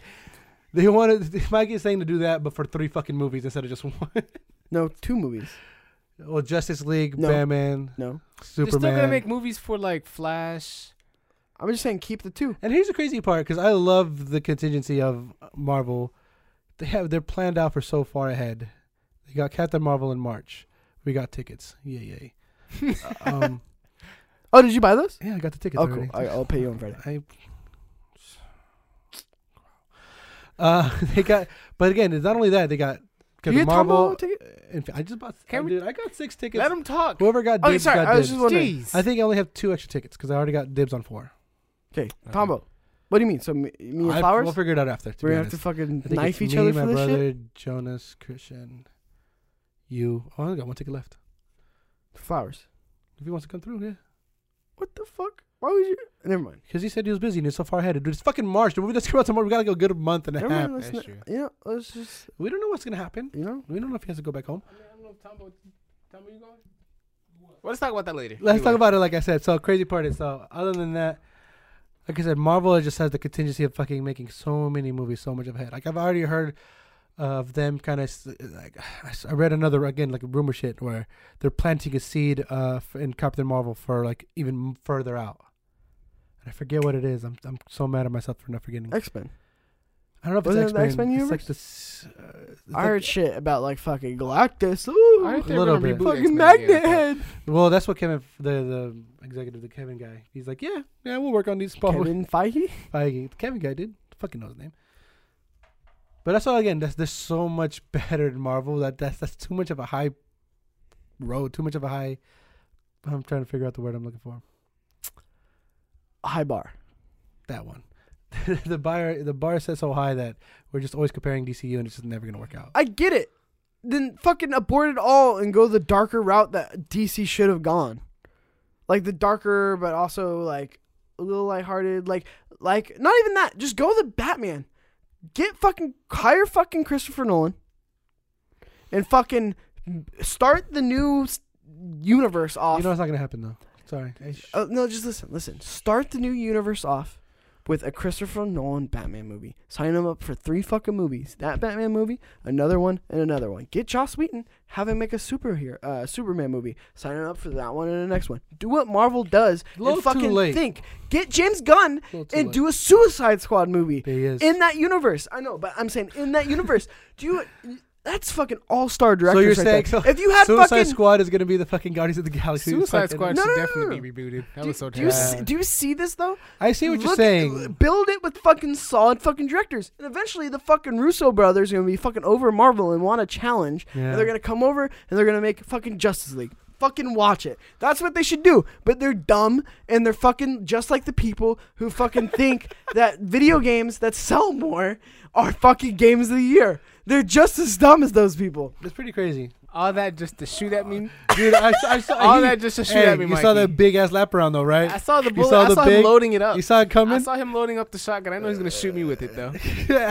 A: They wanted Mike is saying to do that, but for three fucking movies instead of just one.
B: No, two movies.
A: well, Justice League,
B: No.
A: Batman,
B: No,
C: They're
A: Superman.
C: still gonna make movies for like Flash.
B: I'm just saying keep the two.
A: And here's the crazy part because I love the contingency of Marvel. They have they're planned out for so far ahead. They got Captain Marvel in March. We got tickets. Yay yay. um,
B: Oh, did you buy those?
A: yeah, I got the tickets.
B: Oh, cool.
A: already.
B: I, I'll pay you on Friday.
A: I. Uh, they got, but again, it's not only that they got
B: Did you
A: Captain
B: get Tom
A: Marvel.
B: Holland ticket?
A: and I just bought.
C: Can we-
A: dude, I got six tickets.
C: Let him talk.
A: Whoever got
B: Okay,
A: dibs
B: Oh, sorry.
A: got
B: I
A: dibs.
B: was just wondering.
C: Jeez.
A: I think I only have two extra tickets because I already got dibs on four.
B: Okay, Tombo. What do you mean? So me, me and
A: I,
B: Flowers?
A: We'll figure it out after. To
B: We're
A: be
B: gonna have
A: honest.
B: to fucking
A: I think it's
B: knife each
A: me,
B: other
A: my
B: for this
A: brother,
B: shit.
A: Jonas, Christian, you. Oh, I only got one ticket left.
B: Flowers.
A: If he wants to come through, yeah.
B: What the fuck? Why would you? Never mind.
A: Because he said he was busy and it's so far ahead. Dude, it's fucking March. The movie that's coming out tomorrow. We gotta go a good month and a
B: Never
A: half.
B: mind. Let's
C: that's
B: not,
C: true.
B: you know, let's just
A: We don't know what's gonna happen.
B: you know.
A: We don't know if he has to go back home.
C: I don't know if Tombo. Tombo, you going? Let's talk about that later.
A: Let's
C: Anyway.
A: talk about it. Like I said, so crazy part is so. Other than that, like I said, Marvel just has the contingency of fucking making so many movies so much ahead. Like I've already heard of them kind of like I s- I read another again like rumor shit where they're planting a seed uh f- in Captain Marvel for like even m- further out. And I forget what it is. I'm I'm so mad at myself for not forgetting.
B: X Men.
A: I don't know if
B: Wasn't
A: it's
B: it the
A: X Men.
B: X-Men
A: It's like this. Uh, it's
B: I
A: like-
B: heard shit about like fucking Galactus. Ooh,
C: I think they're
A: little
C: gonna
A: bit.
C: reboot
B: fucking
C: X-Men again,
B: Magnet
C: but-
B: Head.
A: well, that's what Kevin, the the executive, the Kevin guy. He's like, yeah, yeah, we'll work on these. Kevin,
B: Kevin Feige.
A: Feige. The Kevin guy, dude, fucking knows his name. But that's all again. That's there's so much better than Marvel. That that's that's too much of a high road. Too much of a high. I'm trying to figure out the word I'm looking for.
B: High bar.
A: That one. the buyer the bar set so high that we're just always comparing DCU and it's just never gonna work out.
B: I get it. Then fucking abort it all and go the darker route that DC should have gone. Like the darker, but also like a little lighthearted. Like, like not even that. Just go the Batman. Get fucking hire fucking Christopher Nolan, and fucking start the new s- universe off.
A: You know it's not gonna happen though. Sorry. I sh-
B: Uh, no, just listen, listen. Start the new universe off with a Christopher Nolan Batman movie. Sign him up for three fucking movies. That Batman movie, another one, and another one. Get Joss Whedon, have him make a superhero, uh, Superman movie. Sign him up for that one and the next one. Do what Marvel does
A: Little too
B: and fucking
A: late.
B: think. Get James Gunn
A: A little too
B: and
A: late.
B: do a Suicide Squad movie
A: He is.
B: in that universe. I know, but I'm saying in that universe. do you? That's fucking all star
A: so
B: directors.
A: you're saying
B: right there.
A: so
B: if you had
A: Suicide
B: fucking
A: Squad is gonna be the fucking Guardians of the Galaxy.
C: Suicide
A: fucking-
C: Squad
B: No,
C: should
B: no, no,
C: definitely
B: no.
C: be rebooted. That
B: do,
C: was so
B: do you
C: terrible.
B: see, do you see this though?
A: I see what you're
B: Look-
A: saying.
B: Build it with fucking solid fucking directors, and eventually the fucking Russo brothers are gonna be fucking over Marvel and want a challenge,
A: Yeah.
B: and they're gonna come over and they're gonna make fucking Justice League. Fucking watch it. That's what they should do. But they're dumb and they're fucking just like the people who fucking think that video games that sell more are fucking games of the year. They're just as dumb as those people.
A: It's pretty crazy.
C: All that just to shoot at me.
A: Dude, I, saw- I saw
C: Uh, All
A: he-
C: that just to shoot
A: hey,
C: at me.
A: You saw
C: Mikey.
A: that big ass lap around though, right?
C: I saw the bullet.
A: saw
C: I
A: the
C: saw
A: big-
C: him loading it up.
A: you saw it
C: I
A: coming.
C: saw him loading up the shotgun. I know he's gonna shoot me with it though.
A: I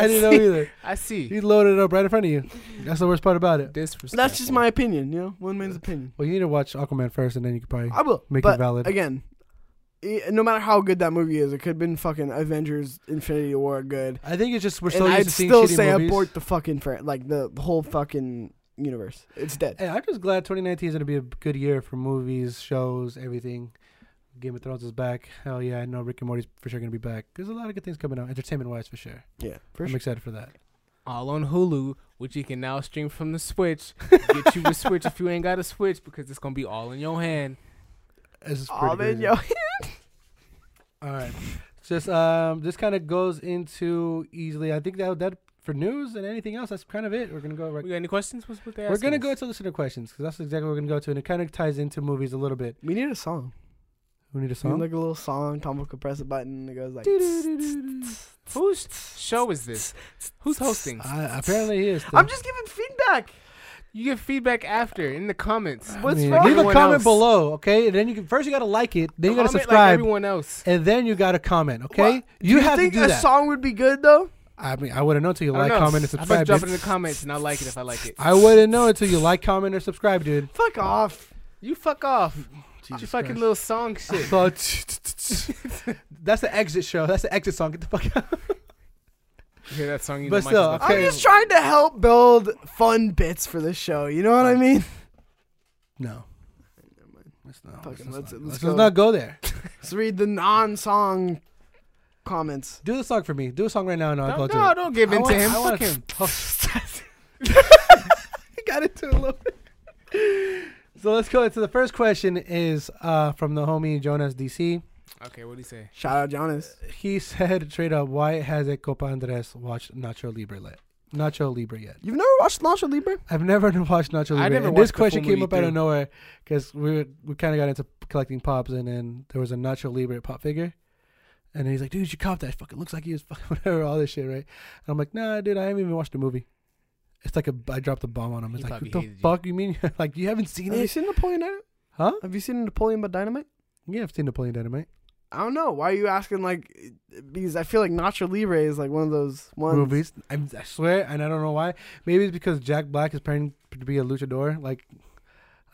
A: didn't know either.
C: I see.
A: He loaded it up right in front of you. That's the worst part about it.
C: Disrespect.
B: That's just my opinion, you know, one man's opinion.
A: Well, you need to watch Aquaman first, and then you could probably.
B: I will
A: Make it
B: but
A: valid.
B: again. i- No matter how good that movie is, it could have been fucking Avengers: Infinity War good.
A: I think it's just we're so
B: and
A: used
B: I'd
A: to seeing
B: still
A: shitty
B: say
A: movies.
B: abort the fucking fran- like the whole fucking universe. It's dead.
A: Hey, I'm just glad 2019 is gonna be a good year for movies, shows, everything. Game of Thrones is back. Hell yeah, I know Rick and Morty's for sure gonna be back. There's a lot of good things coming out, entertainment wise for sure.
B: Yeah, for
A: I'm
B: sure.
A: excited for that.
C: all on Hulu, which you can now stream from the Switch. Get you the Switch if you ain't got a Switch because it's gonna be all in your hand.
A: This is pretty
B: Oh, man,
A: crazy.
B: yo.
A: All right, just um, this kind of goes into easily. I think that that for news and anything else, that's kind of it. We're gonna go right.
C: We got any questions? What's what they
A: We're gonna
C: asking
A: go
C: us?
A: to listener questions because that's exactly what we're gonna go to, and it kind of ties into movies a little bit.
B: we need a song.
A: We need a
B: We need
A: song.
B: like a little song. Tom will press a button. and It goes like.
C: Whose show is this? Who's hosting?
A: Uh, apparently he is.
B: I'm
A: though.
B: just giving feedback.
C: You get feedback after in the comments.
A: I
B: What's
A: mean,
B: wrong?
A: Leave a
C: Everyone
A: comment
C: else.
A: below, okay? And then you can, first you gotta like it, then you gotta
C: Comment like
A: subscribe,
C: everyone else.
A: and then you gotta comment, okay?
B: What?
A: You, have
B: think
A: to do
B: a
A: that.
B: song would be good though?
A: I mean, I wouldn't know until you
C: I don't
A: like,
C: know.
A: comment, and
C: I'm
A: subscribe.
C: just drop it
A: dude.
C: in the comments and I'll like it if I like it.
A: I wouldn't know until you like, comment, or subscribe, dude.
B: Fuck off.
C: You fuck off. you fucking
A: Christ.
C: little song shit.
A: So, that's the exit show. That's the exit song. Get the fuck out.
C: You hear that song? You
A: But
C: know Mike's
A: still,
C: about to-
A: Okay.
B: I'm just trying to help build fun bits for this show. You know what I mean?
A: No. Let's not.
B: Fucking
A: let's
B: let's-
A: not,
B: let's
A: let's
B: go.
A: not go there.
B: Let's read the non-song comments.
A: Do the song for me. Do a song right now, and I'll
C: Don't-
A: go
C: no,
A: to it.
C: don't give in to
A: want-
C: him.
A: I
C: Fuck
A: want-
C: him.
A: I got into it a little bit. So let's go. So the first question is uh, from the homie Jonas DC.
C: Okay, what do you say?
B: Shout out Jonas.
A: He said straight up, "Why hasn't Copa Andres watched Nacho Libre yet? Nacho Libre yet?
B: You've never watched Nacho Libre?
A: I've never watched Nacho Libre.
C: I never
A: and this
C: watched the
A: question
C: full
A: came
C: movie
A: up out of
C: through.
A: nowhere because we were, we kind of got into collecting pops, and then there was a Nacho Libre pop figure, and he's like, "Dude, you cop that? Fucking looks like he was fucking whatever, all this shit, right?" And I'm like, "Nah, dude, I haven't even watched the movie." It's like a I dropped a bomb on him. It's
C: He
A: like,
C: probably
A: what the
C: hated you.
A: fuck you mean? like, you haven't seen
B: Have you
A: it?
B: seen Napoleon Dynamite?
A: Huh?
B: Have you seen Napoleon but Dynamite?
A: Yeah, I've seen Napoleon Dynamite.
B: I don't know. Why are you asking like because I feel like Nacho Libre is like one of those ones.
A: movies. I'm, I swear, and I don't know why. Maybe it's because Jack Black is trying to be a luchador. Like,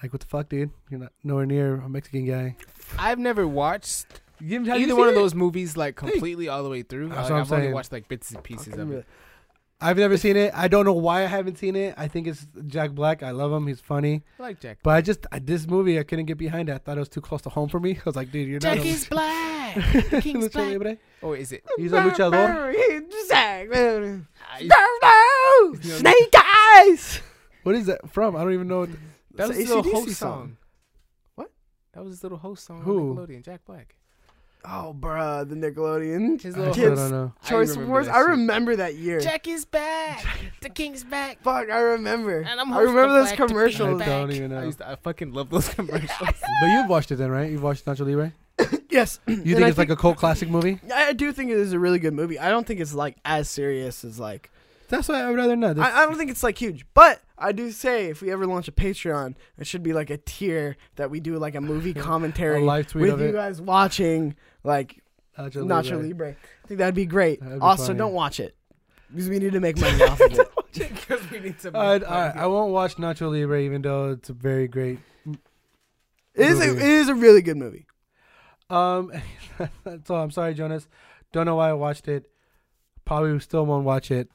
A: like what the fuck, dude? You're not nowhere near a Mexican guy.
C: I've never watched
A: You,
C: either one of those movies like completely all the way through.
A: That's
C: Like,
A: what I'm
C: I've only
A: saying.
C: watched like bits and pieces
B: Fucking
C: of
B: really-
C: it.
A: I've never seen it. I don't know why I haven't seen it. I think it's Jack Black. I love him. He's funny.
C: I like Jack.
A: But I just I, this movie I couldn't get behind. It. I thought it was too close to home for me. I was like, dude, you're not. A,
C: black. The king's
A: Lucha
C: back.
A: Libre.
C: Oh, is it?
A: He's a luchador.
B: Snake eyes.
A: What is that from? I don't even know. What
C: That was
B: It's
C: his
B: a
C: little
B: AC/DC
C: host
B: song.
C: song.
B: What?
C: That was his little host song.
A: Who?
C: Who? Nickelodeon, Jack Black.
B: Oh, bruh, the Nickelodeon
C: His
A: I
C: little
A: still
B: Kids.
A: don't know.
C: I
B: Choice
C: remember
B: Awards.
C: that
B: I
C: shit.
B: remember that year.
C: Jack is back. The king's back.
B: Fuck, I remember.
C: And I'm
B: I
C: hosting
B: remember
C: the
B: those
C: Black to Pink
A: I
B: commercials.
C: Show back.
A: don't even
C: I
A: know.
C: used to, I fucking love those commercials.
A: But you've watched it then, right? You've watched Nacho Libre.
B: Yes.
A: You think it's like a cult classic movie?
B: I I do think it is a really good movie. I don't think it's like as serious as like
A: That's why I'd rather not. This-
B: I, I don't think it's like huge, but I do say if we ever launch a Patreon, it should be like a tier that we do like a movie commentary
A: A live tweet
B: with
A: of
B: you
A: it.
B: guys watching like
A: Nacho
B: Nacho
A: Libre.
B: Libre. I think that'd be great.
A: That'd be
B: also,
A: funny.
B: don't watch it because we need to make money off of it.
C: Because we need to.
A: All right, all right. I won't watch Nacho Libre, even though it's a very great.
B: It is a, it
A: Movie.
B: is a really good movie.
A: Um, so I'm sorry, Jonas. Don't know why I watched it. Probably still won't watch it,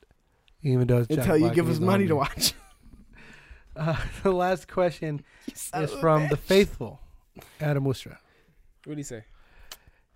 A: even though it's Jack
B: until you
A: Black
B: give
A: and
B: us
A: he's
B: money to
A: on
B: watch.
A: it. Uh, the last question
B: You son
A: is
B: of a
A: from
B: bitch.
A: the faithful Adam Ustra.
C: What do you say?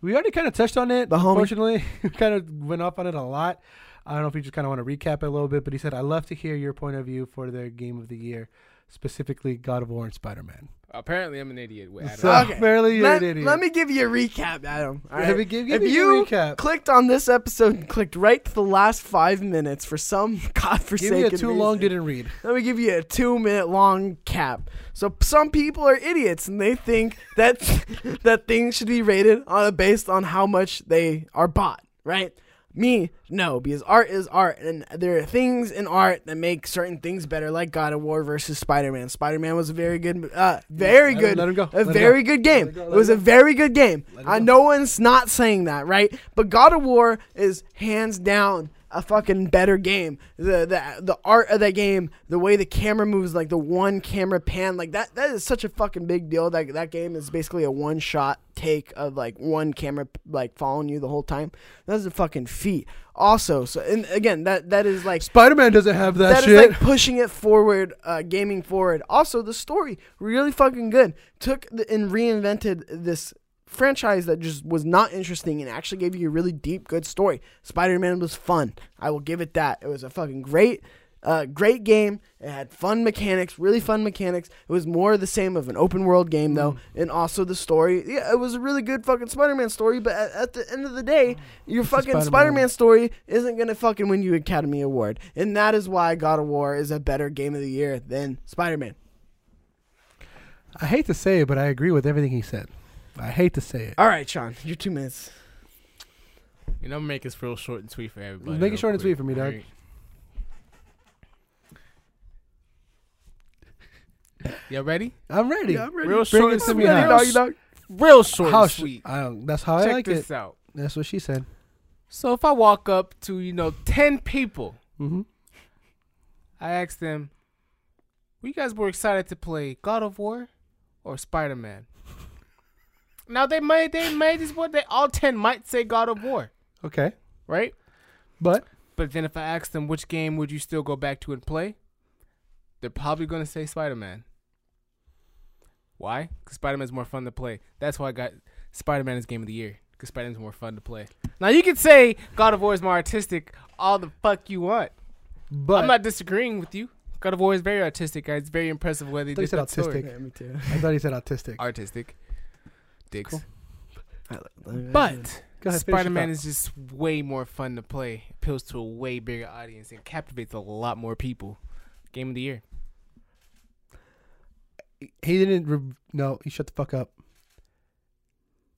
A: We already kind of touched on it.
B: The homie.
A: Unfortunately, we kind of went off on it a lot. I don't know if you just kind of want to recap it a little bit, but he said, "I love to hear your point of view for their game of the year, specifically God of War and Spider Man."
C: Apparently, I'm an idiot. With Adam.
A: So
B: Okay.
A: barely you're
B: Let,
A: an idiot.
B: let me give you a recap, Adam. all
A: Let
B: right?
A: me give,
B: if
A: give me your
B: you
A: recap.
B: clicked on this episode and clicked right to the last five minutes for some
A: Give
B: godforsaken
A: me a too long
B: reason,
A: didn't read.
B: Let me give you a two minute long cap. So some people are idiots and they think that that things should be rated on based on how much they are bought, right? Me, no, because art is art, and there are things in art that make certain things better, like God of War versus Spider Man. Spider Man was a very good, uh,
A: Let
B: very
A: him-
B: good,
A: let him go,
B: a
A: let him
B: very
A: go.
B: good game.
A: Let him go, let
B: it was
A: him
B: a
A: go.
B: very good game.
A: him
B: I
A: go.
B: no one's not saying that, right? But God of War is hands down a fucking better game. The the the art of that game, the way the camera moves, like the one camera pan, like that that is such a fucking big deal. That that game is basically a one shot take of like one camera like following you the whole time. That's a fucking feat. Also, so and again, that that is like
A: Spider Man doesn't have that,
B: that is
A: shit.
B: like pushing it forward, uh, gaming forward. Also, the story really fucking good. Took the, and reinvented this franchise that just was not interesting and actually gave you a really deep, good story. Spider Man was fun. I will give it that. It was a fucking great. Uh, great game. It had fun mechanics, really fun mechanics. It was more of the same of an open world game though, and also the story. Yeah, it was a really good fucking Spider-Man story. But at, at the end of the day, your fucking
A: Spider-Man.
B: Spider-Man Batman story isn't gonna fucking win you Academy Award, and that is why God of War is a better game of the year than Spider Man.
A: I hate to say it, but I agree with everything he said. I hate to say it.
B: All right, Sean, your two minutes.
C: And I'm gonna make this real short and sweet for everybody.
A: Make it
C: real
A: short and sweet
C: quick,
A: for me, dog.
C: alright? Y'all ready?
A: I'm ready.
C: Real
A: Bring it
C: short and
A: to me
C: sweet.
A: now.
C: Real, sh- real short
A: How
C: and
A: sh-
C: sweet.
A: I don't, that's how Oh, I
C: Check
A: like it.
C: this out.
A: That's what she said.
C: So if I walk up to you know ten people,
A: hmm
C: I ask them, "Were you guys more excited to play God of War or Spider Man?" Now they may they may just what they all ten might say God of War,
A: Okay,
C: right?
A: but
C: But then if I ask them which game would you still go back to and play, they're probably going to say Spider Man. Why? Because Spider Man's more fun to play. That's why I got Spider Man is game of the year. Because Spider Man's more fun to play. Now you can say God of War is more artistic all the fuck you want.
A: but
C: I'm not disagreeing with you. God of War is very artistic. guys. It's very impressive whether they
A: thought you
C: did
A: said
C: that story.
A: autistic.
B: me too.
A: I thought he said autistic.
C: Artistic. Dicks.
A: Cool.
C: But
A: Go ahead, finish your
C: Spider Man
A: thought.
C: is just way more fun to play, appeals to a way bigger audience, and captivates a lot more people. Game of the year.
A: He didn't. Re- no, he shut the fuck up.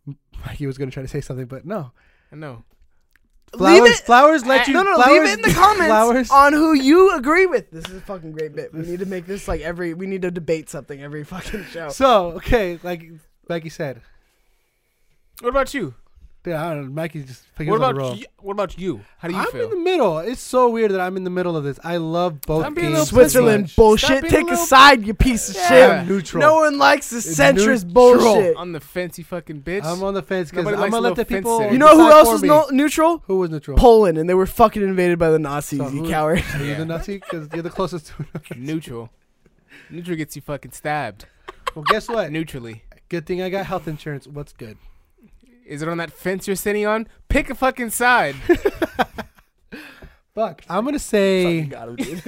A: He was gonna try to say something, but no.
C: I know.
A: Flowers,
B: leave it.
A: flowers, let you.
B: no, no,
A: flowers,
B: leave it in the comments
A: Flowers.
B: on who you agree with. This is a fucking great bit. We need to make this like every. We need to debate something every fucking show.
A: So okay, like like you said,
C: What about you?
A: dude, I don't know. Mikey's just picking
C: What
A: us on the roll.
C: about you? What about you? How do you
A: I'm
C: feel?
A: in the middle. It's so weird that I'm in the middle of this. I love both
C: Stop being a
A: games.
C: little
A: so
B: Switzerland
A: much.
B: bullshit.
C: being a
B: Take a
C: little-
B: side, you piece of
A: I'm
B: shit.
A: neutral.
B: No one likes the centrist
A: Neutral.
B: bullshit.
C: on the fancy fucking bitch.
A: I'm on the fence because
C: Nobody
A: I'm
C: likes
A: gonna
C: a
A: let the
C: little fence
A: people.
C: sitter.
B: You know who
A: decide
B: else
A: for
B: was
A: me.
B: no- neutral?
A: Who was neutral?
B: Poland, and they were fucking invaded by the Nazis.
A: So
B: you
A: who-
B: coward.
A: Are you
C: Yeah.
A: the Nazi? Because you're the closest to.
C: Neutral. Neutral gets you fucking stabbed
A: Well, guess what?
C: neutrally.
A: Good thing I got health insurance. What's good?
C: Is it on that fence you're sitting on? Pick a fucking side.
A: Fuck. I'm gonna say
B: God, we did.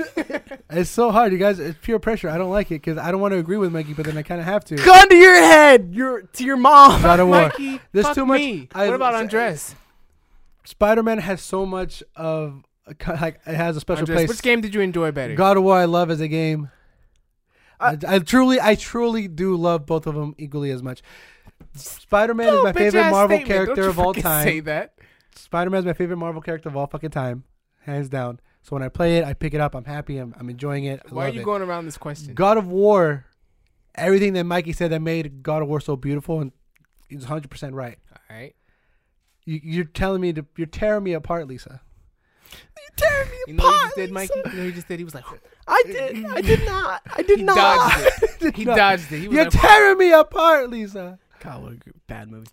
A: it's so hard, you guys. It's pure pressure. I don't like it because I don't want to agree with Mikey, but then I kind of have to.
B: Gun to your head, your to your mom.
A: God of War.
C: Mikey,
A: There's
C: fuck
A: too much-
C: me.
A: I-
C: what about Andres?
A: Spider-Man has so much of a co- like it has a special
C: Andres,
A: place.
C: which game did you enjoy better?
A: God of War I love as a game. I,
B: I-
A: I truly, I truly do love both of them equally as much. Spider-Man
C: Little
A: is my
C: bitch
A: favorite
C: ass
A: Marvel
C: Oh, statement. Don't
A: character
C: you
A: of all
C: fucking Say
A: time.
C: that.
A: Spider-Man is my favorite Marvel character of all fucking time, hands down. So when I play it, I pick it up. I'm happy. I'm, I'm enjoying it. I
C: Why are
A: love
C: you
A: it.
C: going around this question?
A: God of War, everything that Mikey said that made God of War so beautiful, and he's 100 percent right.
C: All right.
A: You, you're telling me to, you're tearing me apart, Lisa.
C: You know what he just did, Mikey? You know what he just did? He was like,
B: I did. I did not. I did
C: he
B: not.
C: dodged it.
A: Did
C: He
A: not-
C: dodged it. He was
A: You're
C: like,
A: tearing me apart, Lisa.
B: God, what a gr- bad movie.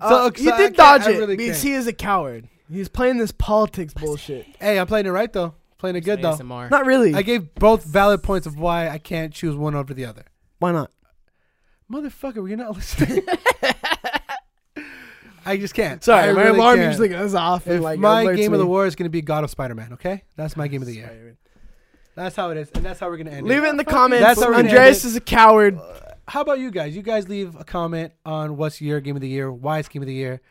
A: So-
B: Uh,
A: so
B: you
A: I
B: did
A: can't-
B: dodge
A: I
B: it
A: really
B: because
A: can't.
B: he is a coward. He's playing this politics bullshit.
A: Hey, I'm playing it right though. Playing it good though.
C: ASMR.
B: Not really.
A: I gave both valid points of why I can't choose one over the other.
B: Why not?
A: Motherfucker, were you not listening? I just can't.
B: Sorry,
A: I
B: my
A: really
B: alarm
A: can't.
B: usually goes off.
A: If
B: and, like,
A: my
B: alerts
A: game of the
B: me.
A: war is going to be God of Spider-Man, okay? That's my game of the year.
B: Spider-Man.
A: That's how it is, and that's how we're going to end
B: Leave
A: it.
B: it in the comments.
A: That's how we're gonna
B: Andreas
A: end
B: is a coward.
A: How about you guys? You guys leave a comment on what's your game of the year, why it's game of the year,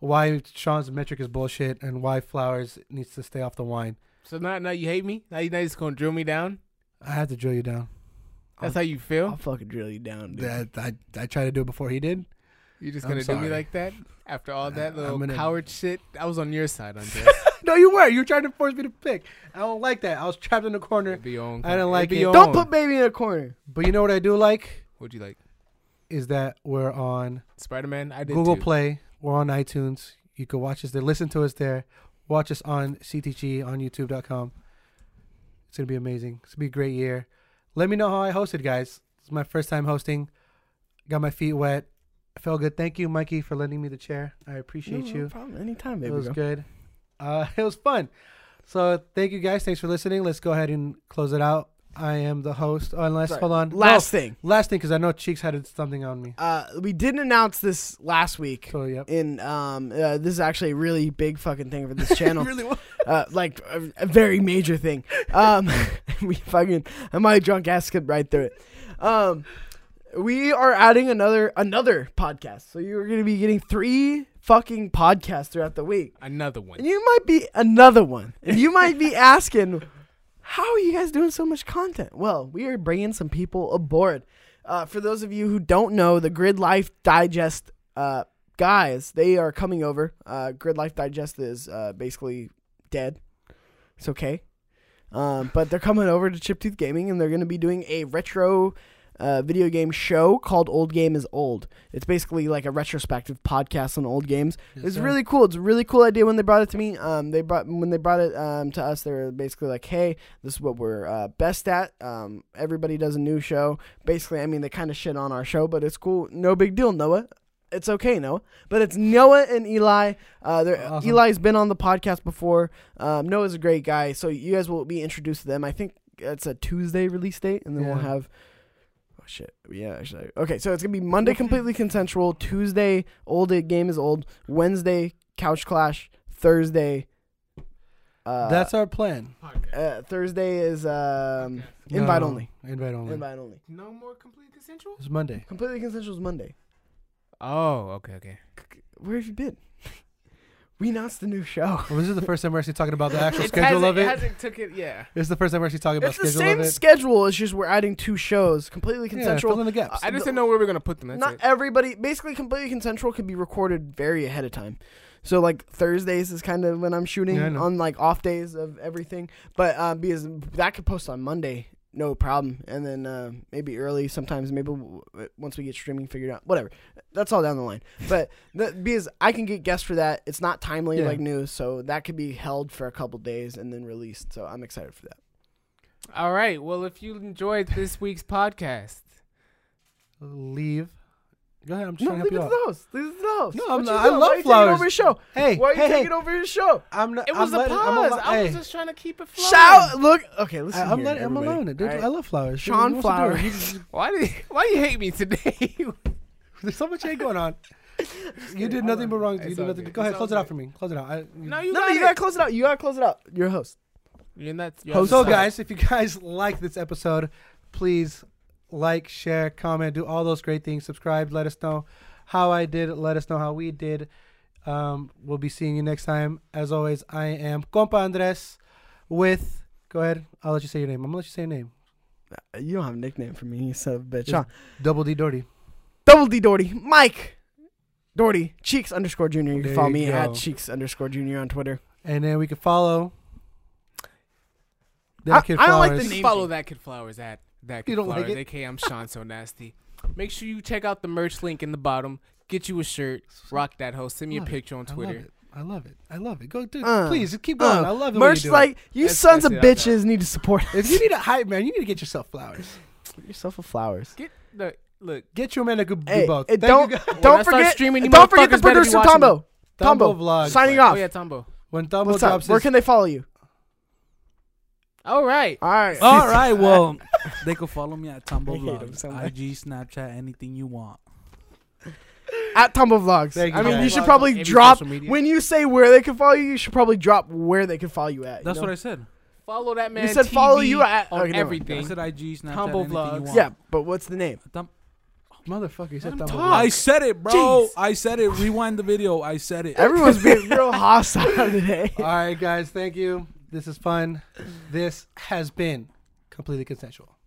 A: why Sean's metric is bullshit, and why Flowers needs to stay off the wine.
C: So now, now you hate me? Now you now you just gonna drill me down?
A: I have to drill you down.
C: That's how you
B: I'll
C: feel?
B: fucking drill you down, dude.
A: That I, I tried to do it before he did.
C: You're just
A: I'm
C: gonna do me
A: sorry.
C: like that? After all that
A: Uh,
C: little
A: I'm gonna-
C: coward shit? I was on your side, Andres.
A: No, you were. You were trying to force me to pick. I don't like that. I was trapped in a corner.
C: It'd be your own
A: I didn't
C: call.
A: like
C: It'd be
A: it.
C: your
B: Don't
C: own.
B: put baby in a corner.
A: But you know what I do like
C: What'd you like?
A: is that we're on
C: Spider Man? I did
A: Google
C: too.
A: Play. We're on iTunes. You can watch us there. Listen to us there. Watch us on CTG on YouTube.com. It's gonna be amazing. It's gonna be a great year. Let me know how I hosted, guys. It's my first time hosting. Got my feet wet. I felt good. Thank you, Mikey, for lending me the chair. I appreciate you.
B: problem. Anytime,
A: It
B: baby.
A: was
B: girl.
A: good. Uh, it was fun. So thank you guys. Thanks for listening. Let's go ahead and close it out. I am the host. Oh, unless
B: Sorry.
A: hold on.
B: Last thing.
A: No, last thing, because I know Cheeks had something on me.
B: Uh, we didn't announce this last week.
A: So yep.
B: In um, uh, this is actually a really big fucking thing for this channel.
A: really was.
B: uh, like a, a very major thing. Um, we fucking I my drunk ass skipped right through it. Um, we are adding another another podcast, so you're gonna be getting three fucking podcasts throughout the week,
C: Another
B: and
C: one.
B: you might be another one, and you might be asking, how are you guys doing so much content? Well, we are bringing some people aboard. Uh, for those of you who don't know, the Grid Life Digest uh, guys, they are coming over. Uh, Grid Life Digest is uh, basically dead. It's okay. Um, but they're coming over to Chiptooth Gaming and they're going to be doing a retro uh, video game show called Old Game is Old. It's basically like a retrospective podcast on old games.
A: Yes,
B: it's
A: sir.
B: really cool. It's a really cool idea when they brought it to me. Um, they brought when they brought it um, to us, they were basically like, "Hey, this is what we're uh, best at. Um, everybody does a new show. Basically, I mean, they kind of shit on our show, but it's cool. No big deal, Noah. It's okay, Noah. But it's Noah and Eli. Uh, they're,
A: Awesome.
B: Eli's been on the podcast before. Um, Noah's a great guy, so you guys will be introduced to them. I think it's a Tuesday release date, and then we'll
A: Yeah.
B: have. Oh shit! Yeah, actually. Okay, so it's gonna be Monday completely consensual. Tuesday, old It game is old. Wednesday, couch clash. Thursday. Uh,
A: That's our plan.
B: uh, Thursday is um,
A: No,
B: invite
A: no,
B: only.
A: Invite only.
B: Invite only.
C: No more complete consensual?
A: It's Monday.
B: Completely consensual is Monday.
C: Oh, okay, okay.
B: Where have you been? we announced the new show.
A: Well, this is the first time we're actually talking about the actual
C: It
A: schedule
C: hasn't-
A: of it.
C: hasn't took it, yeah.
A: This is the first time we're actually talking about
B: It's the
A: schedule
B: same
A: of it.
B: schedule. It's just we're adding two shows. Completely
A: Yeah,
B: consensual.
A: fill in the gaps.
C: I just
B: the-
C: didn't know where we were gonna put them. That's
B: Not
C: it.
B: everybody. Basically, completely consensual can be recorded very ahead of time. So like Thursdays is kind of when I'm shooting
A: Yeah, I know.
B: on like off days of everything. But uh, because that could post on Monday, no problem. And then uh, maybe early sometimes. Maybe w- w- once we get streaming figured out, whatever. That's all down the line. But the, because I can get guests for that, it's not timely
A: Yeah.
B: like news, so that could be held for a couple days and then released. So I'm excited for that.
C: All right. Well, if you enjoyed this week's podcast,
A: leave. Go ahead. I'm just
B: No,
A: trying to help
B: leave
A: you
B: it to
A: out.
B: the host. Leave it to the host.
A: No,
B: What
A: I'm
B: you
A: not- I
B: doing?
A: love
B: Why you
A: Flowers.
B: Taking over his show.
A: Hey,
B: Why are you
A: hey,
B: taking
A: hey.
B: over his show?
A: I'm not.
C: it was
A: I'm
C: a
A: letting- I'm
C: pause.
A: al-
C: I was
A: hey.
C: just trying to keep it flowing.
B: Shout! Look, okay, listen.
A: I, I'm
B: here,
A: letting. I'm
B: everybody.
A: allowing it, dude.
B: All right.
A: I love flowers. Dude,
B: Sean
A: he wants to do it.
B: Flowers.
A: He just-
C: Why do you, Why you hate me today?
A: There's so much hate going on. You did nothing but wrong. You
C: It's
A: did
C: all
A: nothing.
C: good.
A: Go ahead,
C: It's all
A: close it out
C: good.
A: for me. Close it out. I,
C: No, you
B: no, no,
C: got
B: you
C: it.
B: gotta close it out. You gotta close it out. Your host.
C: You're not. You're
B: Host-
A: so
C: outside.
A: guys, if you guys like this episode, please like, share, comment, do all those great things. Subscribe. Let us know how I did. Let us know how we did. Um, we'll be seeing you next time. As always, I am Compa Andres with. Go ahead. I'll let you say your name. I'm gonna let you say your name.
B: You don't have a nickname for me, you son of a bitch.
A: Just-
B: Huh?
A: Double D Doherty.
B: Double D Doherty, Mike Doherty, Cheeks underscore Junior. You can
A: There
B: follow
A: you
B: me
A: go.
B: at Cheeks underscore Junior on Twitter.
A: And then we can follow.
B: I- I don't like the
A: Flowers.
B: name.
C: Follow that kid flowers at that kid
A: You don't like
C: flowers.
A: it?
C: AKA I'm Sean so nasty. Make sure you check out the merch link in the bottom. Get you a shirt. Rock that host. Send me a
A: Love it.
C: picture on
A: I love
C: Twitter.
A: it. I love it. I love it. Go, dude.
B: Uh,
A: please keep going.
B: uh,
A: I love the way you
B: Merch,
A: do it.
B: like you
C: That's-
B: sons
C: that's
B: of
C: it, I know.
B: bitches, need to support us.
A: If you need a hype man, you need to get yourself flowers.
B: Get yourself a flowers.
C: Get the look.
A: Get your man a good
B: Hey,
A: boat.
B: and
A: Thank you,
B: don't
A: guys.
C: When I
B: don't
C: start
B: forget
C: streaming, you
B: don't forget the
C: motherfuckers better be
B: producer
C: watching
B: Tombo.
A: Dumbo
B: Tombo
A: vlog.
B: signing
C: Oh
B: off.
C: yeah, Tombo.
A: When Dumbo
B: What's up?
A: drops
B: Where
A: his
B: can they follow you?
C: All right.
B: All right.
D: All right, well, they could follow me at Tumble
B: I hate him
D: Vlogs,
B: so much.
D: IG, Snapchat, anything you want.
B: at Tumble Vlogs.
A: Thank you,
B: I mean,
A: guys.
B: you should
C: Vlogs on
B: probably
C: every
B: drop
C: social media.
B: when you say where they can follow you. You should probably drop where they can follow you at.
D: That's what I said.
C: Follow that man.
B: said
C: TV
B: follow you at-
C: on
B: okay, never mind.
D: I
C: everything.
D: said IG, Snapchat,
C: Tumble
D: anything
C: Vlogs.
D: you want.
B: Yeah, but what's the name?
D: Tum-
A: motherfucker. He said
C: him
A: Dumbo
C: talk.
A: vlog.
D: I said it, bro.
B: Jeez.
D: I said it. Rewind the video. I said it.
B: Everyone's being real hostile today.
A: All right, guys. Thank you. This is fun. This has been completely consensual.